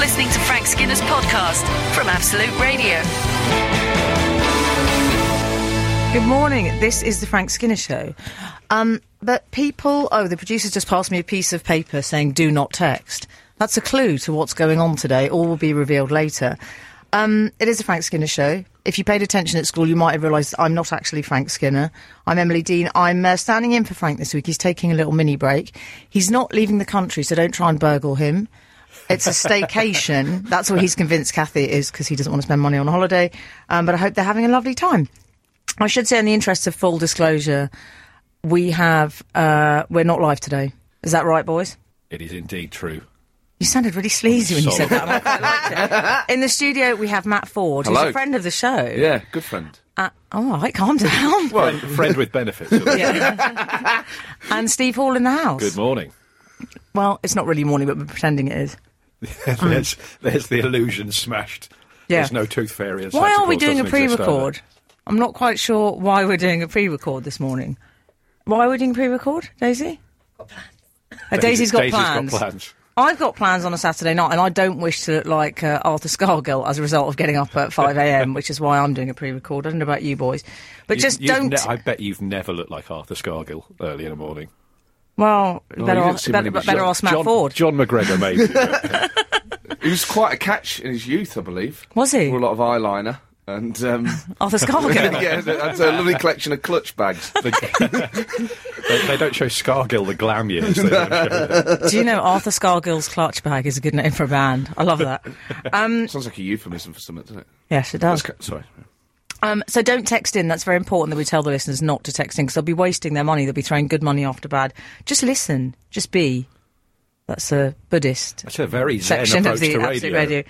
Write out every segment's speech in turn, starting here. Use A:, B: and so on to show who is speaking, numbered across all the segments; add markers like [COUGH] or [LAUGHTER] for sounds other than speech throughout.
A: listening to Frank Skinner's podcast from Absolute Radio.
B: Good morning. This is the Frank Skinner Show. Um, but people, oh, the producer's just passed me a piece of paper saying "do not text." That's a clue to what's going on today. All will be revealed later. Um, it is the Frank Skinner Show. If you paid attention at school, you might have realised that I'm not actually Frank Skinner. I'm Emily Dean. I'm uh, standing in for Frank this week. He's taking a little mini break. He's not leaving the country, so don't try and burgle him. It's a staycation. That's what he's convinced Kathy it is because he doesn't want to spend money on a holiday. Um, but I hope they're having a lovely time. I should say, in the interest of full disclosure, we have uh, we're not live today. Is that right, boys?
C: It is indeed true.
B: You sounded really sleazy [LAUGHS] when you said
C: Sort
B: that. and I quite liked it. In the studio, we have Matt Ford, who's
D: Hello.
B: a friend of the show.
D: Yeah, good friend.
B: Uh, all right, calm down.
C: Well, friend with benefits. isn't it?
B: Yeah. and Steve Hall in the house. [LAUGHS]
C: Good morning.
B: Well, it's not really morning, but we're pretending it is.
C: there's, there's the illusion smashed.
B: Mm. Yeah.
C: There's no tooth fairy. and
B: Why
C: Santa
B: are we
C: Claus
B: doing a
C: doesn't exist
B: pre-record? I'm not quite sure why we're doing a pre-record this morning. Why are we doing pre-record, Daisy? Uh,
C: either.
B: Daisy's got
C: Daisy's
B: plans.
C: got plans.
B: I've got plans on a Saturday night, and I don't wish to look like uh, Arthur Scargill as a result of getting up
C: [LAUGHS]
B: at 5 a.m., which is why I'm doing a pre-record. I don't know about you boys, but
C: You-
B: just
C: you've
B: don't.
C: ne- I bet you've never looked like Arthur Scargill early in the morning. Oh,
B: well, better,
D: you didn't
B: ask,
D: see many
B: better,
D: before.
B: better ask Matt
C: John,
B: Ford.
C: John [LAUGHS] McGregor,
B: [LAUGHS]
C: maybe.
D: He was quite a catch in his youth, I believe.
B: Was he?
D: Wore a lot of eyeliner. And
B: [LAUGHS]
D: um,
B: Arthur Scargill.
D: [LAUGHS] yeah, that's a lovely collection of clutch bags.
C: The- they, they don't show Scargill the glam years. They don't show them.
B: Do you know Arthur Scargill's clutch bag is a good name for a band? I love that.
D: Sounds like a euphemism for something, doesn't it?
B: Yes, it does.
D: That's ca- sorry.
B: Um, so don't text in. That's very important that we tell the listeners not to text in because they'll be wasting their money. They'll be throwing good money after bad. Just listen. Just be. That's a Buddhist
C: That's a very zen
B: section
C: approach
B: of the
C: to
B: Absolute
C: radio.
B: Radio.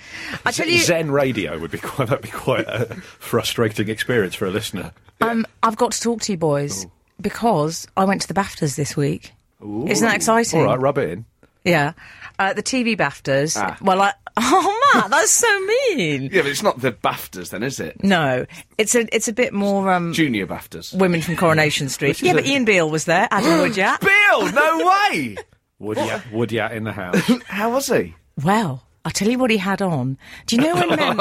B: I tell you,
C: Zen radio would be quite [LAUGHS] that'd be quite a frustrating experience for a listener.
B: um, I've got to talk to you boys because I went to the BAFTAs this week. Isn't that exciting?
C: All right, rub it in.
B: Yeah. Uh, the TV BAFTAs.
D: Ah.
B: Well, I. [LAUGHS] Oh, Matt, that's so mean.
D: Yeah, but it's not the BAFTAs then, is it?
B: No, it's a it's a bit more um,
D: Junior BAFTAs.
B: women from Coronation Street.
D: is
B: Yeah, but
D: a-
B: Ian Beale was there. Adam [GASPS] Woodjack.
D: Bill, no way! [LAUGHS]
C: Woodyat, Woodyat in the house.
B: [LAUGHS]
D: How was he?
B: Well, I'll tell you what he had on. Do you know when
D: [LAUGHS]
B: men. [LAUGHS]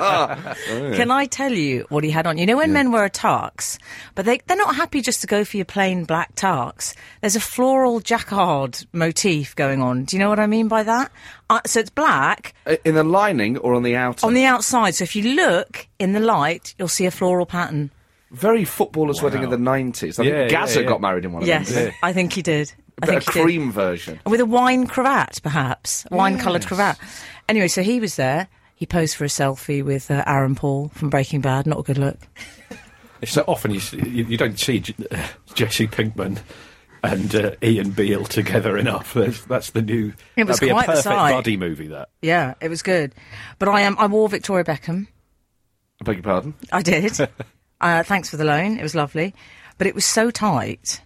B: Can I tell you what he had on? You know when men wear a tux, but they, they're not happy just to go for your plain black tux. There's a floral jacquard motif going on. Do you know what I mean by that? Uh, so it's black
D: I- Uh, In the lining or on the outer?
B: on the outside. So if you look in the light, you'll see a floral pattern.
D: Very footballer's wedding of the 90s. I
C: Yeah,
D: think Gazza
C: yeah, yeah.
D: got married in one
B: Yes,
D: of them.
B: I think he did. I
D: But
B: think
D: Oh, a
B: he did.
D: cream version.
B: with a wine cravat, perhaps wine coloured
D: Yes.
B: cravat. Anyway, so he was there. He posed for a selfie with uh, Aaron Paul from Breaking Bad. Not a good look.
C: So often you, s- you, you don't see J- uh, Jesse Pinkman and uh, Ian Beale together enough. That's, that's the new.
B: It was
C: that'd be
B: quite the
C: a perfect
B: sight.
C: buddy movie. That
B: Yeah, it was good. But I Um, I wore Victoria Beckham.
D: I beg your pardon? [LAUGHS]
B: I did. [LAUGHS] uh, thanks for the loan. It was lovely, but it was so tight.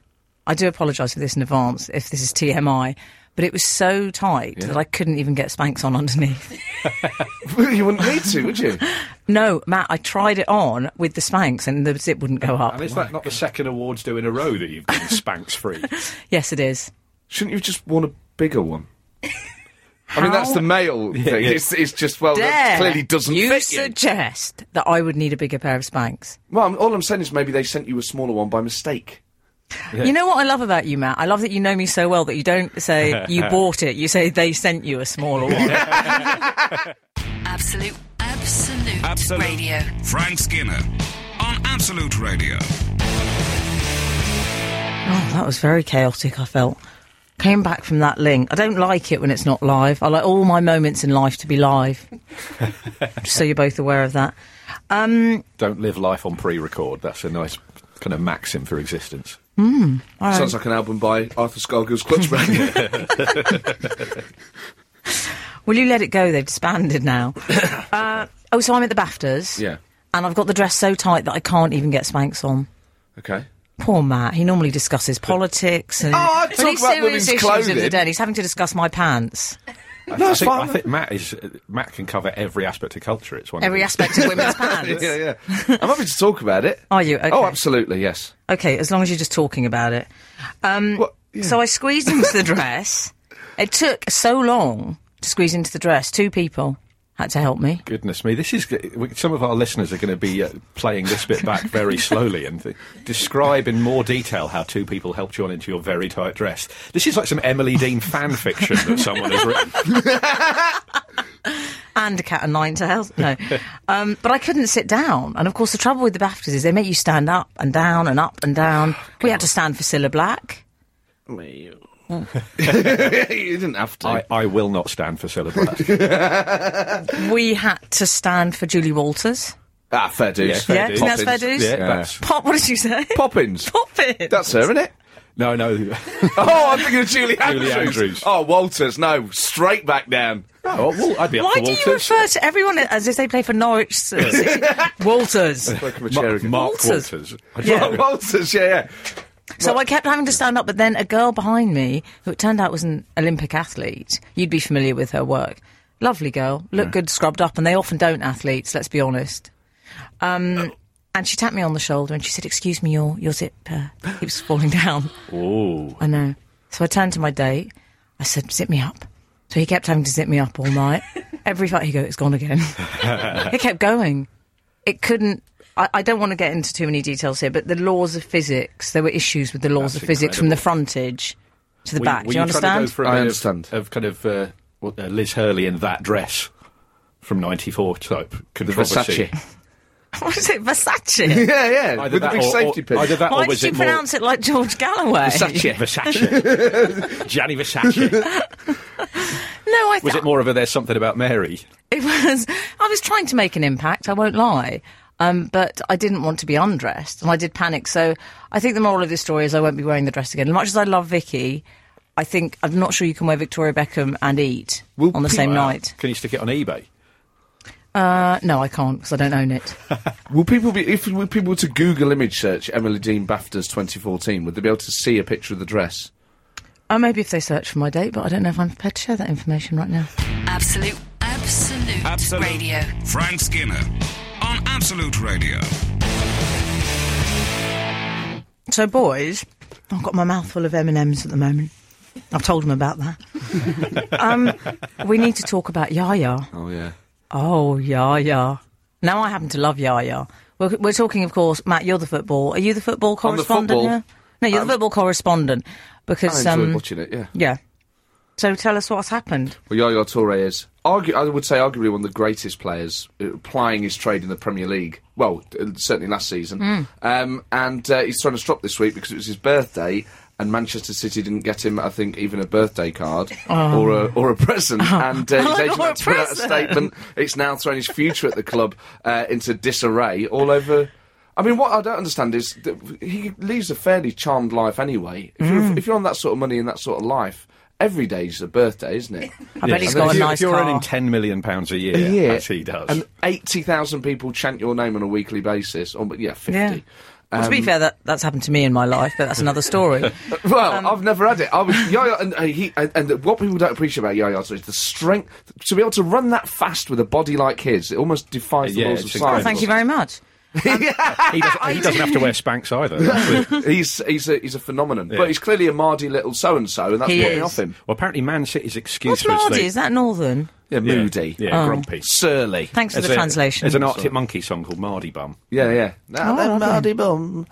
B: I do apologise for this in advance if this is TMI, but it was so tight that I couldn't even get Spanx on underneath. [LAUGHS]
D: you wouldn't need to, would you?
B: no, Matt, I tried it on with the Spanx and the zip wouldn't go up.
C: and is that not the second awards due in a row that you've been Spanx free?
B: [LAUGHS] Yes, it is.
D: Shouldn't you have just worn a bigger one? I mean, that's the male
B: [LAUGHS]
D: thing. It's, it's just, well,
B: Dare
D: that clearly doesn't
B: you
D: fit you.
B: suggest that I would need a bigger pair of Spanx.
D: Well, I'm, all I'm saying is maybe they sent you a smaller one by mistake.
B: You know what I love about you, Matt? I love that you know me so well that you don't
D: [LAUGHS]
B: say you bought it. You say they sent you a smaller one.
A: Absolute, absolute,
E: Absolute.
A: radio.
E: Frank Skinner on Absolute Radio.
B: Oh, that was very chaotic, I felt. Came back from that link. I don't like it when it's not live. I like all my moments in life to be
D: [LAUGHS]
B: live. Just so you're both aware of that.
C: Don't live life on pre-record. That's a nice kind of maxim for existence.
D: Sounds like an album by Arthur
B: [LAUGHS]
D: Scargill's Clutch Band.
B: Will you let it go? They've disbanded
D: [COUGHS]
B: now. uh, oh, so I'm at the BAFTAs.
D: [LAUGHS] Yeah.
B: And I've got the dress so tight that I can't even get Spanx on.
D: okay.
B: Poor Matt. He normally discusses politics and
D: Oh, I'd
B: But
D: talk
B: these
D: about
B: serious
D: women's
B: issues Of the
D: clothing.
B: day. and He's having to discuss my pants.
C: No, I think,
D: fine.
C: I think Matt is uh, Matt can cover every aspect of culture. It's one of
B: Every
C: the-
B: aspect of
D: [LAUGHS]
B: women's pants.
D: Yeah, yeah. I'm happy to talk about it.
B: Are you? Okay.
D: Oh, absolutely, yes.
B: Okay, as long as you're just talking about it. Um,
D: What- yeah.
B: So I squeezed into the dress. It took so long to squeeze into the dress. Two people had to help me.
C: Goodness me, this is g- we- some of our listeners are going to be uh, playing this bit back very slowly and th- describe in more detail how two people helped you on into your very tight dress. This is like some Emily Dean fan fiction that someone has written.
B: and a cat and nine tails.
D: [LAUGHS]
B: No, um, but I couldn't sit down. And of course, the trouble with the Baftas is they make you stand up and down and up and down. we had to stand for Cilla Black.
D: you
B: Oh.
D: [LAUGHS] didn't have to.
C: I, I will not stand for celebrate.
B: We had to stand for Julie Walters.
D: ah, fair dues.
C: fair
B: yeah,
C: dues.
B: isn't that fair
D: Poppins.
B: dues?
C: yeah, that's
B: Pop, what did you say?
D: Poppins.
B: Poppins.
D: That's
B: [LAUGHS]
D: her, isn't it?
C: no, no. [LAUGHS]
D: Oh, I'm thinking of Julie Andrews.
C: Andrews.
D: Oh, Walters. No, straight back down.
C: Oh, well, I'd be up
B: Why
C: for
B: do
C: Walters.
B: you refer to everyone as if they play for Norwich City? [LAUGHS] Walters?
D: Back of a
C: Ma-
D: chair again.
C: Mark
B: Walters.
C: Walters.
D: Oh, Walters, [LAUGHS] yeah, yeah.
B: So I kept having to stand up, but then a girl behind me, who it turned out was an Olympic athlete, you'd be familiar with her work. Lovely girl, looked good, scrubbed up, and they often don't athletes, let's be honest. Um, and she tapped me on the shoulder and she said, "Excuse me, your your zip uh, keeps falling down."
C: Oh,
B: I know. So I turned to my date. I said, "Zip me up." So he kept having to zip me up all
C: [LAUGHS]
B: night. Every fight he go, it's gone again. it kept going. It couldn't. I, I don't want to get into too many details here, but the laws of physics. There were issues with the laws
C: That's
B: of physics from the frontage to the back. Do you understand?
C: for a
D: I
C: bit of-
D: understand.
C: Of, kind of uh, what, uh, Liz Hurley in that dress from '94 type controversy.
D: Versace.
B: [LAUGHS] was it Versace?
D: [LAUGHS] Yeah, yeah.
C: Either
D: With the
C: that
D: big
C: or- or-
D: safety pin.
C: Either that,
B: Why
C: [LAUGHS] or was
B: did you
C: it more
B: pronounce it like George Galloway? [LAUGHS]
C: Versace? Versace. Gianni Versace.
B: No, I
C: Was
B: thought
C: it more of a "There's something about Mary"?
B: It was. I was trying to make an impact. I won't lie, um, but I didn't want to be undressed, and I did panic. So I think the moral of this story is I won't be wearing the dress again. As much as I love Vicky, I think I'm not sure you can wear Victoria Beckham and eat
D: Will
B: on the same
D: people-
B: night.
C: Can you stick it on eBay?
B: Uh, no, I can't because I don't own it.
D: Will people be if were people were to Google image search Emily Dean Baftas 2014? Would they be able to see a picture of the dress?
B: Oh, maybe if they search for my date, but I don't know if I'm prepared to share that information right now.
A: Absolute, absolute,
E: Absolute.
A: radio.
E: Frank Skinner on Absolute Radio.
B: So, boys, I've got my mouth full of M and M's at the moment. I've told them about that. [LAUGHS] um, we need to talk about Yaya.
D: Oh yeah.
B: Oh, Yaya. Now I happen to love Yaya. We're, we're talking, of course, Matt, you're the football. Are you the football
D: I'm the
B: correspondent
D: football.
B: here? No, you're the football correspondent.
D: I
B: Because,
D: enjoyed
B: um,
D: watching it. Yeah.
B: yeah. So tell us what's happened.
D: Well, Yaya Toure is, argu- I would say, arguably one of the greatest players uh, applying his trade in the Premier League. Well, uh, certainly last season.
B: Hmm.
D: Um, and uh, he's trying to stop this week because it was his birthday, and Manchester City didn't get him, I think, even a birthday card or a or a present.
B: [LAUGHS]
D: And uh,
B: Oh.
D: his
B: Or
D: agent
B: a
D: had to put out a
B: present.
D: statement. It's now thrown his future at the club uh, into disarray all over. I mean, what I don't understand is that he leads a fairly charmed life anyway. If,
B: Hmm.
D: you're, if you're on that sort of money and that sort of life, every day's a birthday,
B: [LAUGHS]
D: isn't it?
B: I bet
C: Yes.
B: he's
C: And
B: got
C: if
B: a
C: you-
B: nice
C: If you're
B: car.
C: earning ten million pounds a year,
D: a year,
C: as he does,
D: and eighty thousand people chant your name on a weekly basis. Or yeah,
B: Yeah.
D: fifty.
B: well, to be fair, that, that's happened to me in my life, but that's another story.
D: Uh, Well,
B: Um,
D: I've never had it. I was Yaya, and uh, he, and, and what people don't appreciate about Yaya Toure is the strength to be able to run that fast with a body like his. It almost defies the
C: Yeah,
D: laws of
C: it's incredible.
B: well,
D: science.
B: thank you very much.
C: he, doesn't, he doesn't have to wear spanks
D: [LAUGHS]
C: either. That's the-
D: He's he's a, he's a phenomenon, but he's clearly a mardy little so and so, and that's
B: He
D: putting
B: is.
D: off him.
C: well, apparently, Man City's excuse
B: What's
C: was
B: Mardy?
C: they-
B: Is that Northern?
D: Yeah,
C: yeah,
D: moody,
C: yeah, grumpy.
D: surly.
B: Thanks for
C: There's
B: the
C: a-
B: translation.
C: There's an Arctic Monkey song called Mardy Bum.
D: yeah, yeah. Now
B: Oh,
D: then,
B: lovely.
D: mardy bum.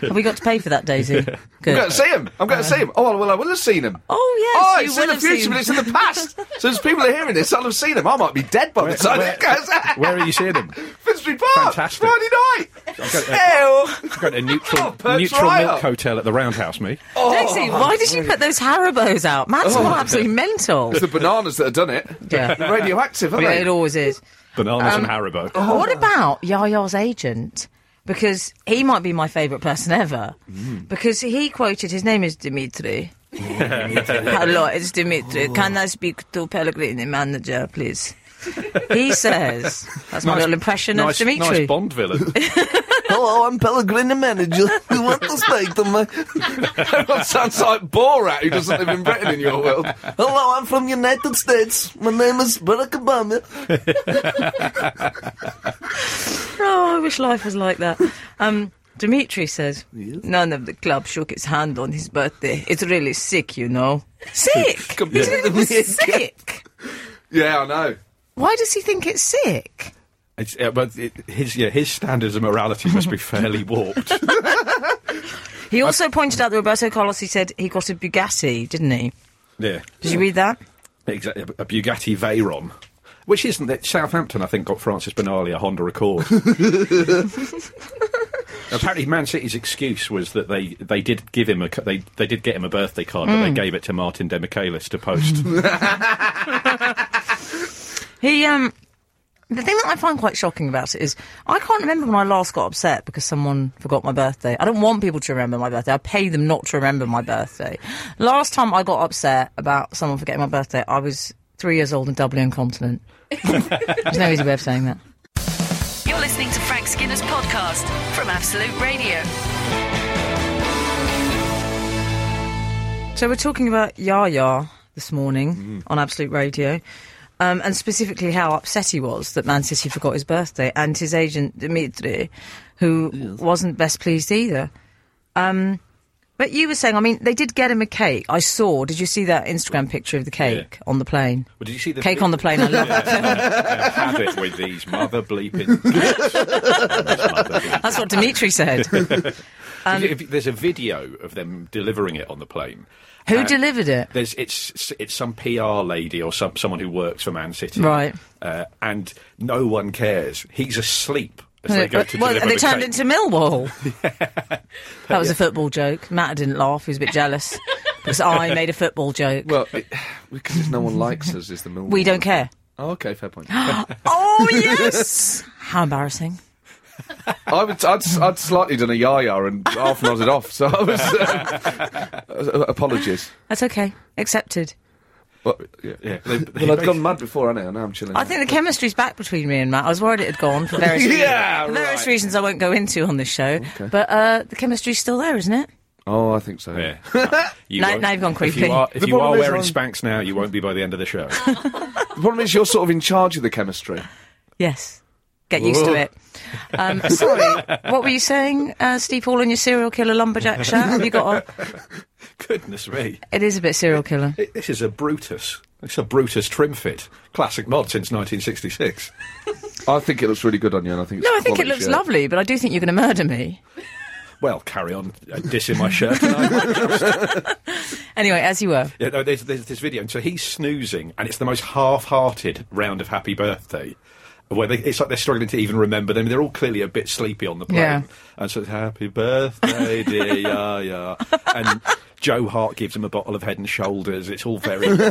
B: Have we got to pay for that, Daisy?
D: I'm going
B: Good.
D: to see him. I'm going to see him. Oh, well, I will have seen him.
B: Uh, Oh, yes,
D: Oh,
B: you
D: it's
B: will
D: in the
B: have
D: future,
B: seen
D: but it's in the past.
B: [LAUGHS]
D: so as people are hearing this, I'll have seen him. I might be dead by the time it goes out.
C: Where are you seeing
D: [LAUGHS]
C: them?
D: Finsbury Park,
C: Fantastic.
D: Friday night.
C: got-
B: uh,
D: Ew.
C: Got a neutral,
D: Oh, Perch
C: neutral
D: Riot.
C: milk hotel at the Roundhouse, me.
B: Daisy, why did you put those Haribos out? Matt's gone absolutely mental.
D: It's the bananas that have done it.
B: Yeah.
D: They're radioactive, aren't
B: Yeah,
D: they?
B: it always is.
C: Bananas and Haribo.
B: Um, oh, What about Yaya's agent? Because he might be my favourite person ever.
C: Mm.
B: Because he quoted, his name is
C: [LAUGHS]
B: Dimitri. [LAUGHS] Hello, it's
C: Oh.
B: Dimitri. Can I speak to Pellegrini manager, please? he says, that's my little impression
C: nice,
B: of Dimitri.
C: Nice
B: [LAUGHS]
C: Bond villain.
D: Hello, I'm Pellegrino manager. You want to speak to me? Everyone sounds like Borat, who doesn't live in Britain in your world. Hello, I'm from United States. My name is Barack Obama.
B: oh, I wish life was like that. Um, Dimitri says, none of the club shook his hand on his birthday. It's really sick, you know. Sick? He's
C: [LAUGHS]
D: Compared to
B: really
D: me.
B: sick.
D: Yeah, I know.
B: Why does he think it's sick?
C: It's, uh, but it, his yeah, his standards of morality must be
B: [LAUGHS]
C: fairly warped.
B: He also pointed out that Roberto Carlos, he said he got a Bugatti, didn't he?
C: yeah,
B: Did you read that?
C: exactly. A Bugatti Veyron, which isn't that Southampton? I think got Francis Benali a Honda
B: [LAUGHS]
C: Accord. Apparently, Man City's excuse was that they, they did give him a c- they, they did get him a birthday card,
B: Mm.
C: but they gave it to Martin Demichelis
B: [LAUGHS]
C: to post.
B: He um the thing that I find quite shocking about it is I can't remember when I last got upset because someone forgot my birthday. I don't want people to remember my birthday. I pay them not to remember my birthday. Last time I got upset about someone forgetting my birthday, I was three years old and doubly incontinent. [LAUGHS] There's no easy way of saying that.
A: You're listening to Frank Skinner's podcast from Absolute Radio.
B: So we're talking about Yaya this morning on Absolute Radio, um, and specifically how upset he was that Man City forgot his birthday, and his agent Dimitri, who wasn't best pleased either. Um, but you were saying, I mean, they did get him a cake. I saw. Did you see that Instagram picture of the cake on the plane?
C: Well, did you see the
B: cake on the plane? I love that.
C: I've had it with these
B: [LAUGHS]
C: mother bleeping. cats. This mother bleeping.
B: That's what Dimitri said. Um,
C: If- if There's a video of them delivering it on the plane.
B: Who
C: And
B: delivered it?
C: There's it's it's some PR lady or some someone who works for Man City,
B: Right.
C: Uh, and no one cares. He's asleep as they go to
B: well,
C: deliver
B: they
C: the
B: turned
C: cake.
B: into Millwall.
C: [LAUGHS]
B: that was a football joke. Matt didn't laugh. He was a bit jealous because
C: [LAUGHS]
B: I made a football joke.
D: Well, it, because no one likes us is the Millwall.
B: we don't care.
D: Oh, okay, fair point.
B: Oh yes! [LAUGHS] How embarrassing.
D: [GASPS] I would, I'd, I'd slightly done a yaya and half nodded off, so I was. Uh, [LAUGHS] apologies.
B: That's okay. Accepted.
D: But, yeah.
C: Yeah, they- they
D: Well, I'd
C: make-
D: gone mad before, hadn't I? Now I'm chilling.
B: I think the chemistry's back between me and Matt. I was worried it had gone for
C: [LAUGHS]
B: various reasons.
D: Yeah,
B: for various reasons I won't go into on this show. But uh, the chemistry's still there, isn't it?
D: Oh, I think so.
C: Yeah. You
B: Now-
C: won't-
B: now you've gone
C: If
B: creepy.
C: you are, if
D: The
C: you
D: problem
C: are
D: is
C: wearing
D: I'm-
C: Spanx now, you won't be by the end of the show. [LAUGHS]
D: The problem is you're sort of in charge of the chemistry.
B: Yes. Get used to
D: Whoa.
B: it. Um, [LAUGHS] sorry, what were you saying, uh, Steve Hall, in your serial killer lumberjack shout? Have you got
C: [LAUGHS]
B: a...
C: Goodness me.
B: It is a bit serial killer.
C: It- This is a Brutus. It's a Brutus trim fit. Classic mod since 1966.
D: I think it looks really good on you, and I think it's
B: No, I think it
D: quality
B: looks
D: shirt.
B: lovely, but I do think you're going to murder me.
C: Well, carry on uh, dissing my [LAUGHS] shirt. and I might just-
B: Anyway, as you were.
C: Yeah, no, there's, there's this video, and so he's snoozing, and it's the most half-hearted round of Happy Birthday, where they, it's like they're struggling to even remember them. They're all clearly a bit sleepy on the plane,
B: Yeah.
C: and so it's Happy Birthday, dear Yaya, and Joe Hart gives him a bottle of Head and Shoulders. It's all very [LAUGHS]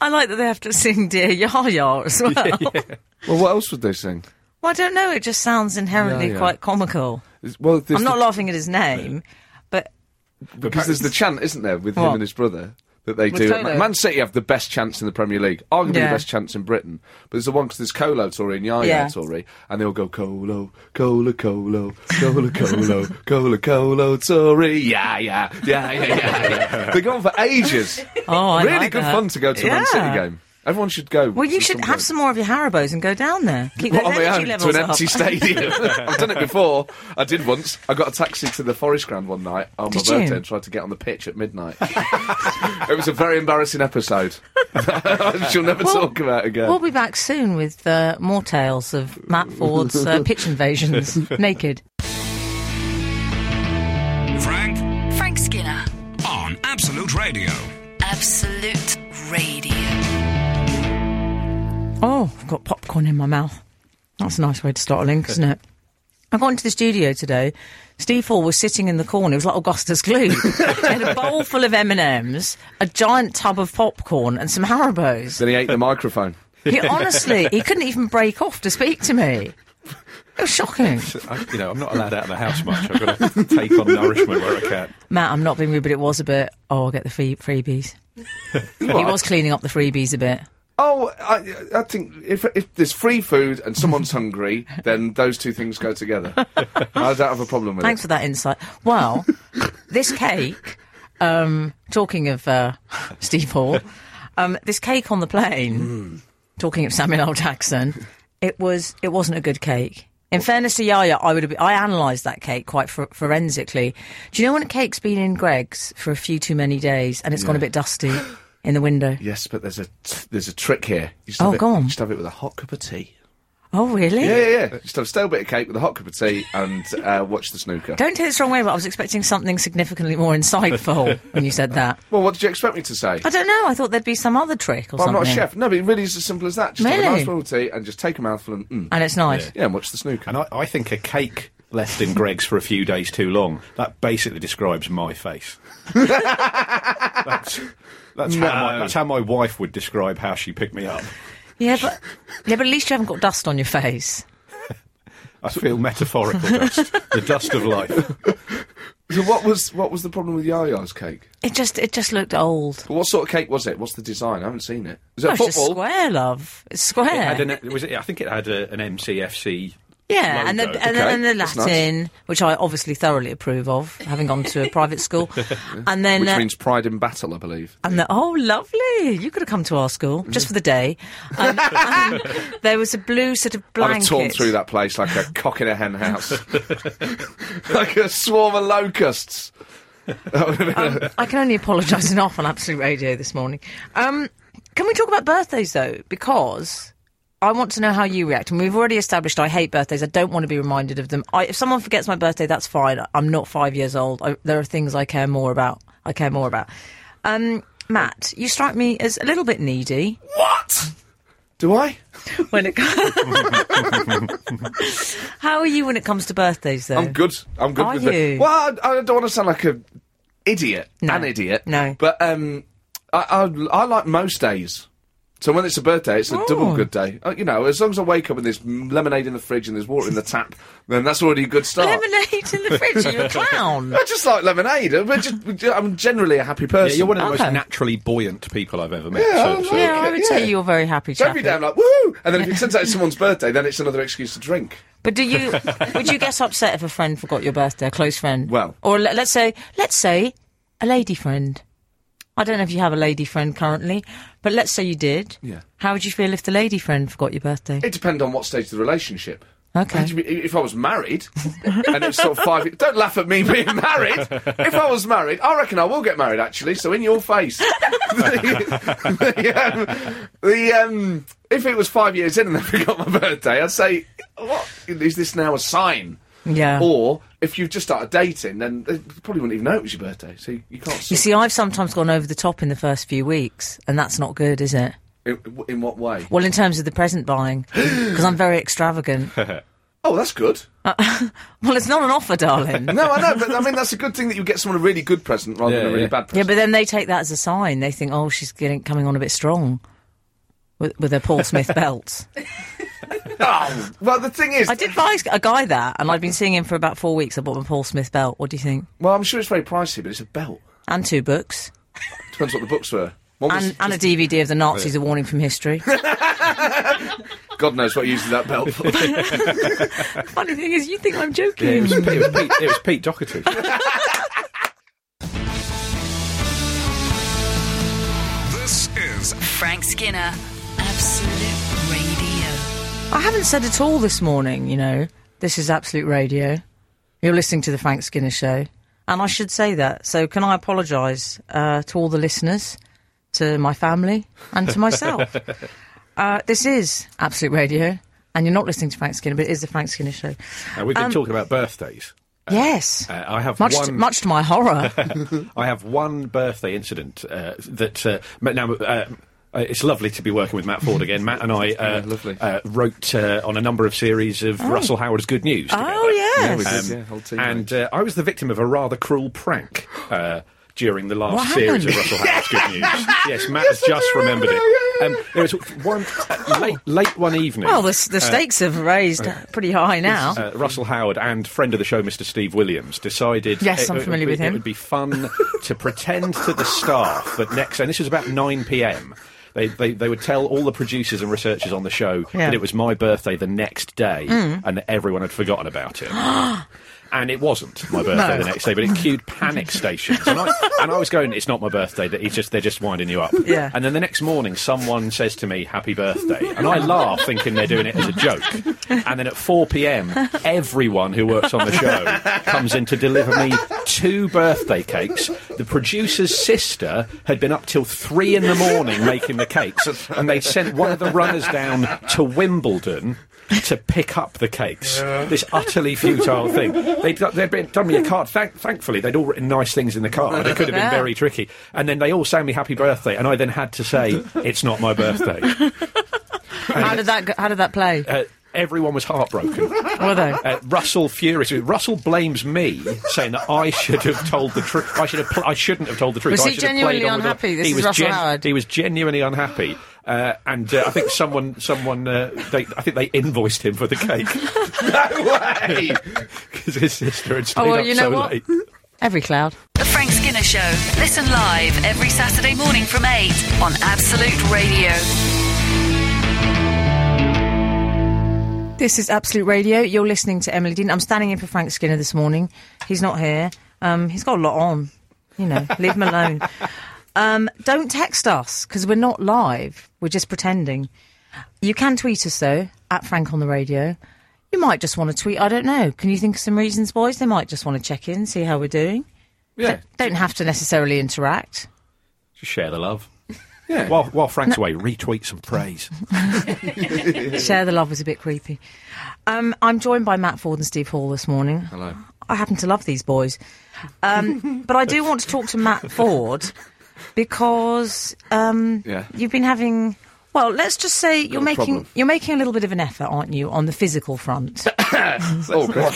B: I like that they have to sing Dear Yaya as
D: [LAUGHS]
B: well.
D: Well, what else would they sing?
B: Well, I don't know. It just sounds inherently
D: Yeah, yeah.
B: quite comical.
D: It's- Well, there's
B: I'm not
D: the-
B: laughing at his name, but
D: because there's the chant, isn't there, with
B: What?
D: him and his brother that they
B: With
D: do.
B: Colo.
D: Man, Man City have the best chance in the Premier League, arguably
B: Yeah.
D: the best chance in Britain. But there's the one because there's Colo Tory and Yaya
B: Yeah.
D: Tory, and they all go Colo, Colo, Colo, Colo, Colo, Colo, Colo Tory, yeah, yeah, yeah, yeah, yeah. yeah. they go on for ages.
B: oh, I
D: really
B: like
D: good
B: that.
D: fun to go to a Man City
B: Yeah.
D: game. Everyone should go.
B: Well, you
D: to
B: should
D: some
B: have
D: point.
B: some more of your Haribos and go down
D: [LAUGHS]
B: there. Keep
D: Well,
B: those
D: on my
B: energy
D: own to
B: levels
D: an
B: up. [LAUGHS]
D: empty stadium. I've done it before. I did once. I got a taxi to the Forest Ground one night on
B: Did
D: my
B: you?
D: birthday and tried to get on the pitch at midnight. [LAUGHS] it was a very embarrassing episode. [LAUGHS] She'll never talk about it again.
B: We'll be back soon with uh, more tales of Matt Ford's
D: [LAUGHS]
B: uh, pitch invasions [LAUGHS] naked.
E: Frank
A: Frank Skinner,
E: on Absolute Radio.
A: Absolute Radio.
B: Oh, I've got popcorn in my mouth. That's a nice way to start a link, isn't it? I got into the studio today. Steve Hall was sitting in the corner. It was like Augustus Gloop. he had a bowl full of M and M's, a giant tub of popcorn, and some Haribos.
D: then he ate the microphone.
B: He honestly, he couldn't even break off to speak to me. It was shocking.
C: I, you know, I'm not allowed out of the house much. I've got to take on nourishment where I can.
B: Matt, I'm not being rude, but it was a bit. Oh, I'll get the free- freebies. he was cleaning up the freebies a bit.
D: Oh, I, I think if, if there's free food
B: [LAUGHS]
D: and someone's hungry, then those two things go together. I don't have a problem with
B: Thanks
D: it.
B: for that insight.
D: [LAUGHS]
B: Well, this cake. Um, talking of uh, Steve Hall, um, this cake on the plane.
D: Hmm.
B: Talking of Samuel L. Jackson, it was it wasn't a good cake. In fairness to Yaya, I would have been- I analysed that cake quite for- forensically. Do you know when a cake's been in Greg's for a few too many days and it's gone a bit dusty? in the
D: [GASPS]
B: window.
D: Yes, but there's a t- there's a trick here. You just
B: Oh,
D: have it-
B: go on.
D: You just have it with a hot cup of tea.
B: Oh, really?
D: Yeah, yeah, yeah. Just have a stale bit of cake with a hot cup of tea and
B: [LAUGHS]
D: uh, watch the snooker.
B: Don't take this the wrong way, but I was expecting something significantly more
D: [LAUGHS]
B: insightful when you said that.
D: Well, what did you expect me to say?
B: I don't know. I thought there'd be some other trick or
D: Well, I'm
B: something.
D: not a chef. No, but it really is as simple as that. Just have a
B: Really?
D: nice bowl of tea and just take a mouthful and mm.
B: And it's nice.
D: yeah, and watch the snooker.
C: And I, I think a cake left in Greg's for a few days too long, that basically describes my [LAUGHS] face. that's that's, how my, that's how my wife would describe how she picked me up.
B: Yeah, but yeah, but at least you haven't got dust on your face.
C: I feel [LAUGHS] metaphorical dust, the dust of life.
D: So what was what was the problem with Yaya's cake?
B: It just it just looked old.
D: What sort of cake was it? What's the design? I haven't seen it. Is it
B: No,
D: a
B: it's just
D: football?
B: square, love. It's square.
C: Had an, was it, I think it had a, an MCFC.
B: yeah,
C: logo.
B: and the, and,
D: Okay,
B: then the
D: that's
B: Latin, which I obviously thoroughly approve of, having gone to a private
D: [LAUGHS]
B: school, and then
D: Which
B: uh,
D: means pride in battle, I believe.
B: And the, oh, lovely! You could have come to our school just for the day. And,
D: [LAUGHS]
B: and there was a blue sort of
D: I'd
B: blanket.
D: have torn through that place
B: [LAUGHS]
D: like a cock in a hen house, like a swarm of locusts. That would have been a-
B: I can only apologise enough on Absolute Radio this morning. Um, can we talk about birthdays though? Because I want to know how you react. And we've already established I hate birthdays. I don't want to be reminded of them. I, if someone forgets my birthday, that's fine. I'm not five years old. I, there are things I care more about. I care more about. Um, Matt, you strike me as a little bit needy.
D: Do I?
B: when it comes. [LAUGHS] How are you when it comes to birthdays, though?
D: I'm good. I'm good
B: Are
D: with the-
B: you?
D: Well, I, I don't want to sound like a idiot.
B: No.
D: An idiot.
B: No.
D: But um, I, I I like most days. So when it's a birthday, it's a double
B: Oh.
D: good day. Uh, you know, as long as I wake up and there's mm, lemonade in the fridge and there's water in the tap, then that's already a good start.
B: Lemonade in the fridge. Are you a
D: [LAUGHS]
B: clown?
D: I just like lemonade. I'm, just, I'm generally a happy person.
C: Yeah, you're one of the
B: Okay.
C: most naturally buoyant people I've ever met.
D: Yeah,
C: so,
D: I
C: so-
D: like
B: yeah, I
D: it,
B: would
D: yeah.
B: say you're very happy.
D: Every day
B: chappy.
D: I'm like, woohoo! And then if it turns out it's someone's birthday, then it's another excuse to drink.
B: But do
D: [LAUGHS]
B: you? would you get upset if a friend forgot your birthday, a close friend?
D: Well-
B: or le- let's say, let's say, a lady friend. I don't know if you have a lady friend currently, but let's say you did.
D: Yeah.
B: How would you feel if the lady friend forgot your birthday?
D: It depends on what stage of the relationship.
B: Okay.
D: If- If I was married, and it's sort of
B: [LAUGHS]
D: five, don't laugh at me being married. If I was married, I reckon I will get married actually. So in
B: [LAUGHS]
D: your face. the, um, the, um, if it was five years in and they forgot my birthday, I'd say, what is this now a sign?
B: Yeah.
D: Or if you've just started dating, then they probably wouldn't even know it was your birthday. So you, you can't.
B: you
D: sort-
B: see, I've sometimes gone over the top in the first few weeks, and that's not good, is it?
D: in, in what way?
B: Well, in terms of the present
D: [GASPS]
B: buying, because I'm very
D: [LAUGHS]
B: extravagant.
D: Oh, that's good.
B: Well, it's not an offer, darling. [LAUGHS]
D: No, I know, but I mean that's a good thing that you get someone a really good present rather than
C: Yeah,
D: a really
C: yeah.
D: bad
B: yeah,
D: present.
B: but then they take that as a sign. They think, oh, she's getting coming on a bit strong with, with her Paul
D: [LAUGHS]
B: Smith belt.
D: Oh, [LAUGHS] well, the thing is,
B: I did buy a guy that, and I've been seeing him for about four weeks. I bought him a Paul Smith belt. What do you think?
D: well, I'm sure it's very pricey, but it's a belt.
B: And two books.
D: Depends what the books were. One was,
B: And, and a DVD of the Nazis, a warning from [LAUGHS] history.
D: God knows what uses that belt
B: [LAUGHS]
D: for.
B: Funny thing is, you think I'm
C: Yeah, it,
B: joking.
C: was, it, was Pete, it was
B: [LAUGHS]
C: Pete Doherty.
E: This is
A: Frank Skinner, Absolute Radio.
B: I haven't said at all this morning, you know, this is Absolute Radio. You're listening to The Frank Skinner Show. And I should say that. So, can I apologise uh, to all the listeners, to my family, and to [LAUGHS] myself? uh, this is Absolute Radio, and you're not listening to Frank Skinner, but it is The Frank Skinner Show.
C: Uh, we've been talking about birthdays.
B: yes.
C: Uh, I have
B: Um, much,
C: one.
B: to, much to my horror.
C: I have one birthday incident uh, that uh, m- now. Uh, uh, it's lovely to be working with Matt Ford again. Matt and I uh,
D: [LAUGHS] Yeah, lovely. Oh.
C: uh, wrote uh, on a number of series of Russell Howard's Good News.
B: Oh,
C: together. Um,
B: yes.
D: Yeah, we did, yeah, whole team
C: and uh, I was the victim of a rather cruel prank uh, during the last
B: What
C: series
B: happened?
C: of Russell Howard's Good
D: [LAUGHS]
C: News. Yes, Matt has just remembered it. Um, there was
D: [LAUGHS]
C: one
D: Oh.
C: uh, late, late one evening.
B: well, the, s- the stakes have raised pretty high now.
C: Uh, Russell Howard and friend of the show, Mr. Steve Williams, decided.
B: Yes, I'm
C: would
B: familiar
C: be-
B: with him.
C: It would be fun to pretend to the staff that next, and this was about 9 p.m. They, they, they would tell all the producers and researchers on the show
B: Yeah. Hmm.
C: that it was my birthday the next day, and that everyone had forgotten about it. [GASPS] and it wasn't
B: [GASPS]
C: my birthday the next day, but it cued panic stations. And I, and I was going, it's not my birthday. That it's just they're just winding you up.
B: Yeah.
C: And then the next morning, someone says to me, "Happy birthday," and I laugh, thinking they're doing it as a joke. And then at 4 p.m., everyone who works on the show comes in to deliver me two birthday cakes. The producer's sister had been up till three in the morning making the cakes, and they sent one of the runners down to Wimbledon to pick up the cakes. This utterly futile thing. They'd, do- they'd been, done me a card. Thank, thankfully, they'd all written nice things in the card. It could have been
B: Yeah.
C: very tricky. And then they all sang me happy birthday, and I then had to say, it's not my birthday.
B: [LAUGHS] How did that? Go, how did that
C: [LAUGHS]
B: play?
C: Uh, everyone was heartbroken.
B: Were they?
C: Uh, Russell furious. Russell blames me, saying that I should have told the truth. I should have. Pl- I shouldn't have told the truth.
B: Was
C: I
B: he
C: should have
B: genuinely
C: played on with the-
B: unhappy? This
C: he
B: is
C: was
B: Russell Howard.
C: He was genuinely unhappy, uh, and uh, I think someone, someone, uh, they, I think they invoiced him for
B: [LAUGHS]
C: the cake. no way, because his sister had stayed
B: Oh, well,
C: up
B: you know
C: so
B: what?
C: late.
B: Every cloud.
A: The Frank Skinner Show. Listen live every Saturday morning from 8 on Absolute Radio.
B: This is Absolute Radio. You're listening to Emily Dean. I'm standing in for Frank Skinner this morning. He's not here. Um, he's got a lot on. You
C: [LAUGHS]
B: know, leave him alone. Um, don't text us because we're not live. We're just pretending. You can tweet us though at Frank on the Radio. You might just want to tweet. I don't know. Can you think of some reasons, boys? They might just want to check in, see how we're doing.
C: Yeah,
B: Don't have to necessarily interact.
C: just share the love.
D: Yeah.
C: While, while Frank's away, retweet some praise.
B: Share the love was a bit creepy. Um, I'm joined by Matt Ford and Steve Hall this morning.
D: Hello.
B: I happen to love these boys. Um,
D: [LAUGHS]
B: but I do want to talk to Matt Ford because um,
D: Yeah.
B: you've been having. Well, let's just say you're
D: a
B: making
D: problem.
B: you're making a little bit of an effort, aren't you, on the physical front?
D: Oh, [LAUGHS] God.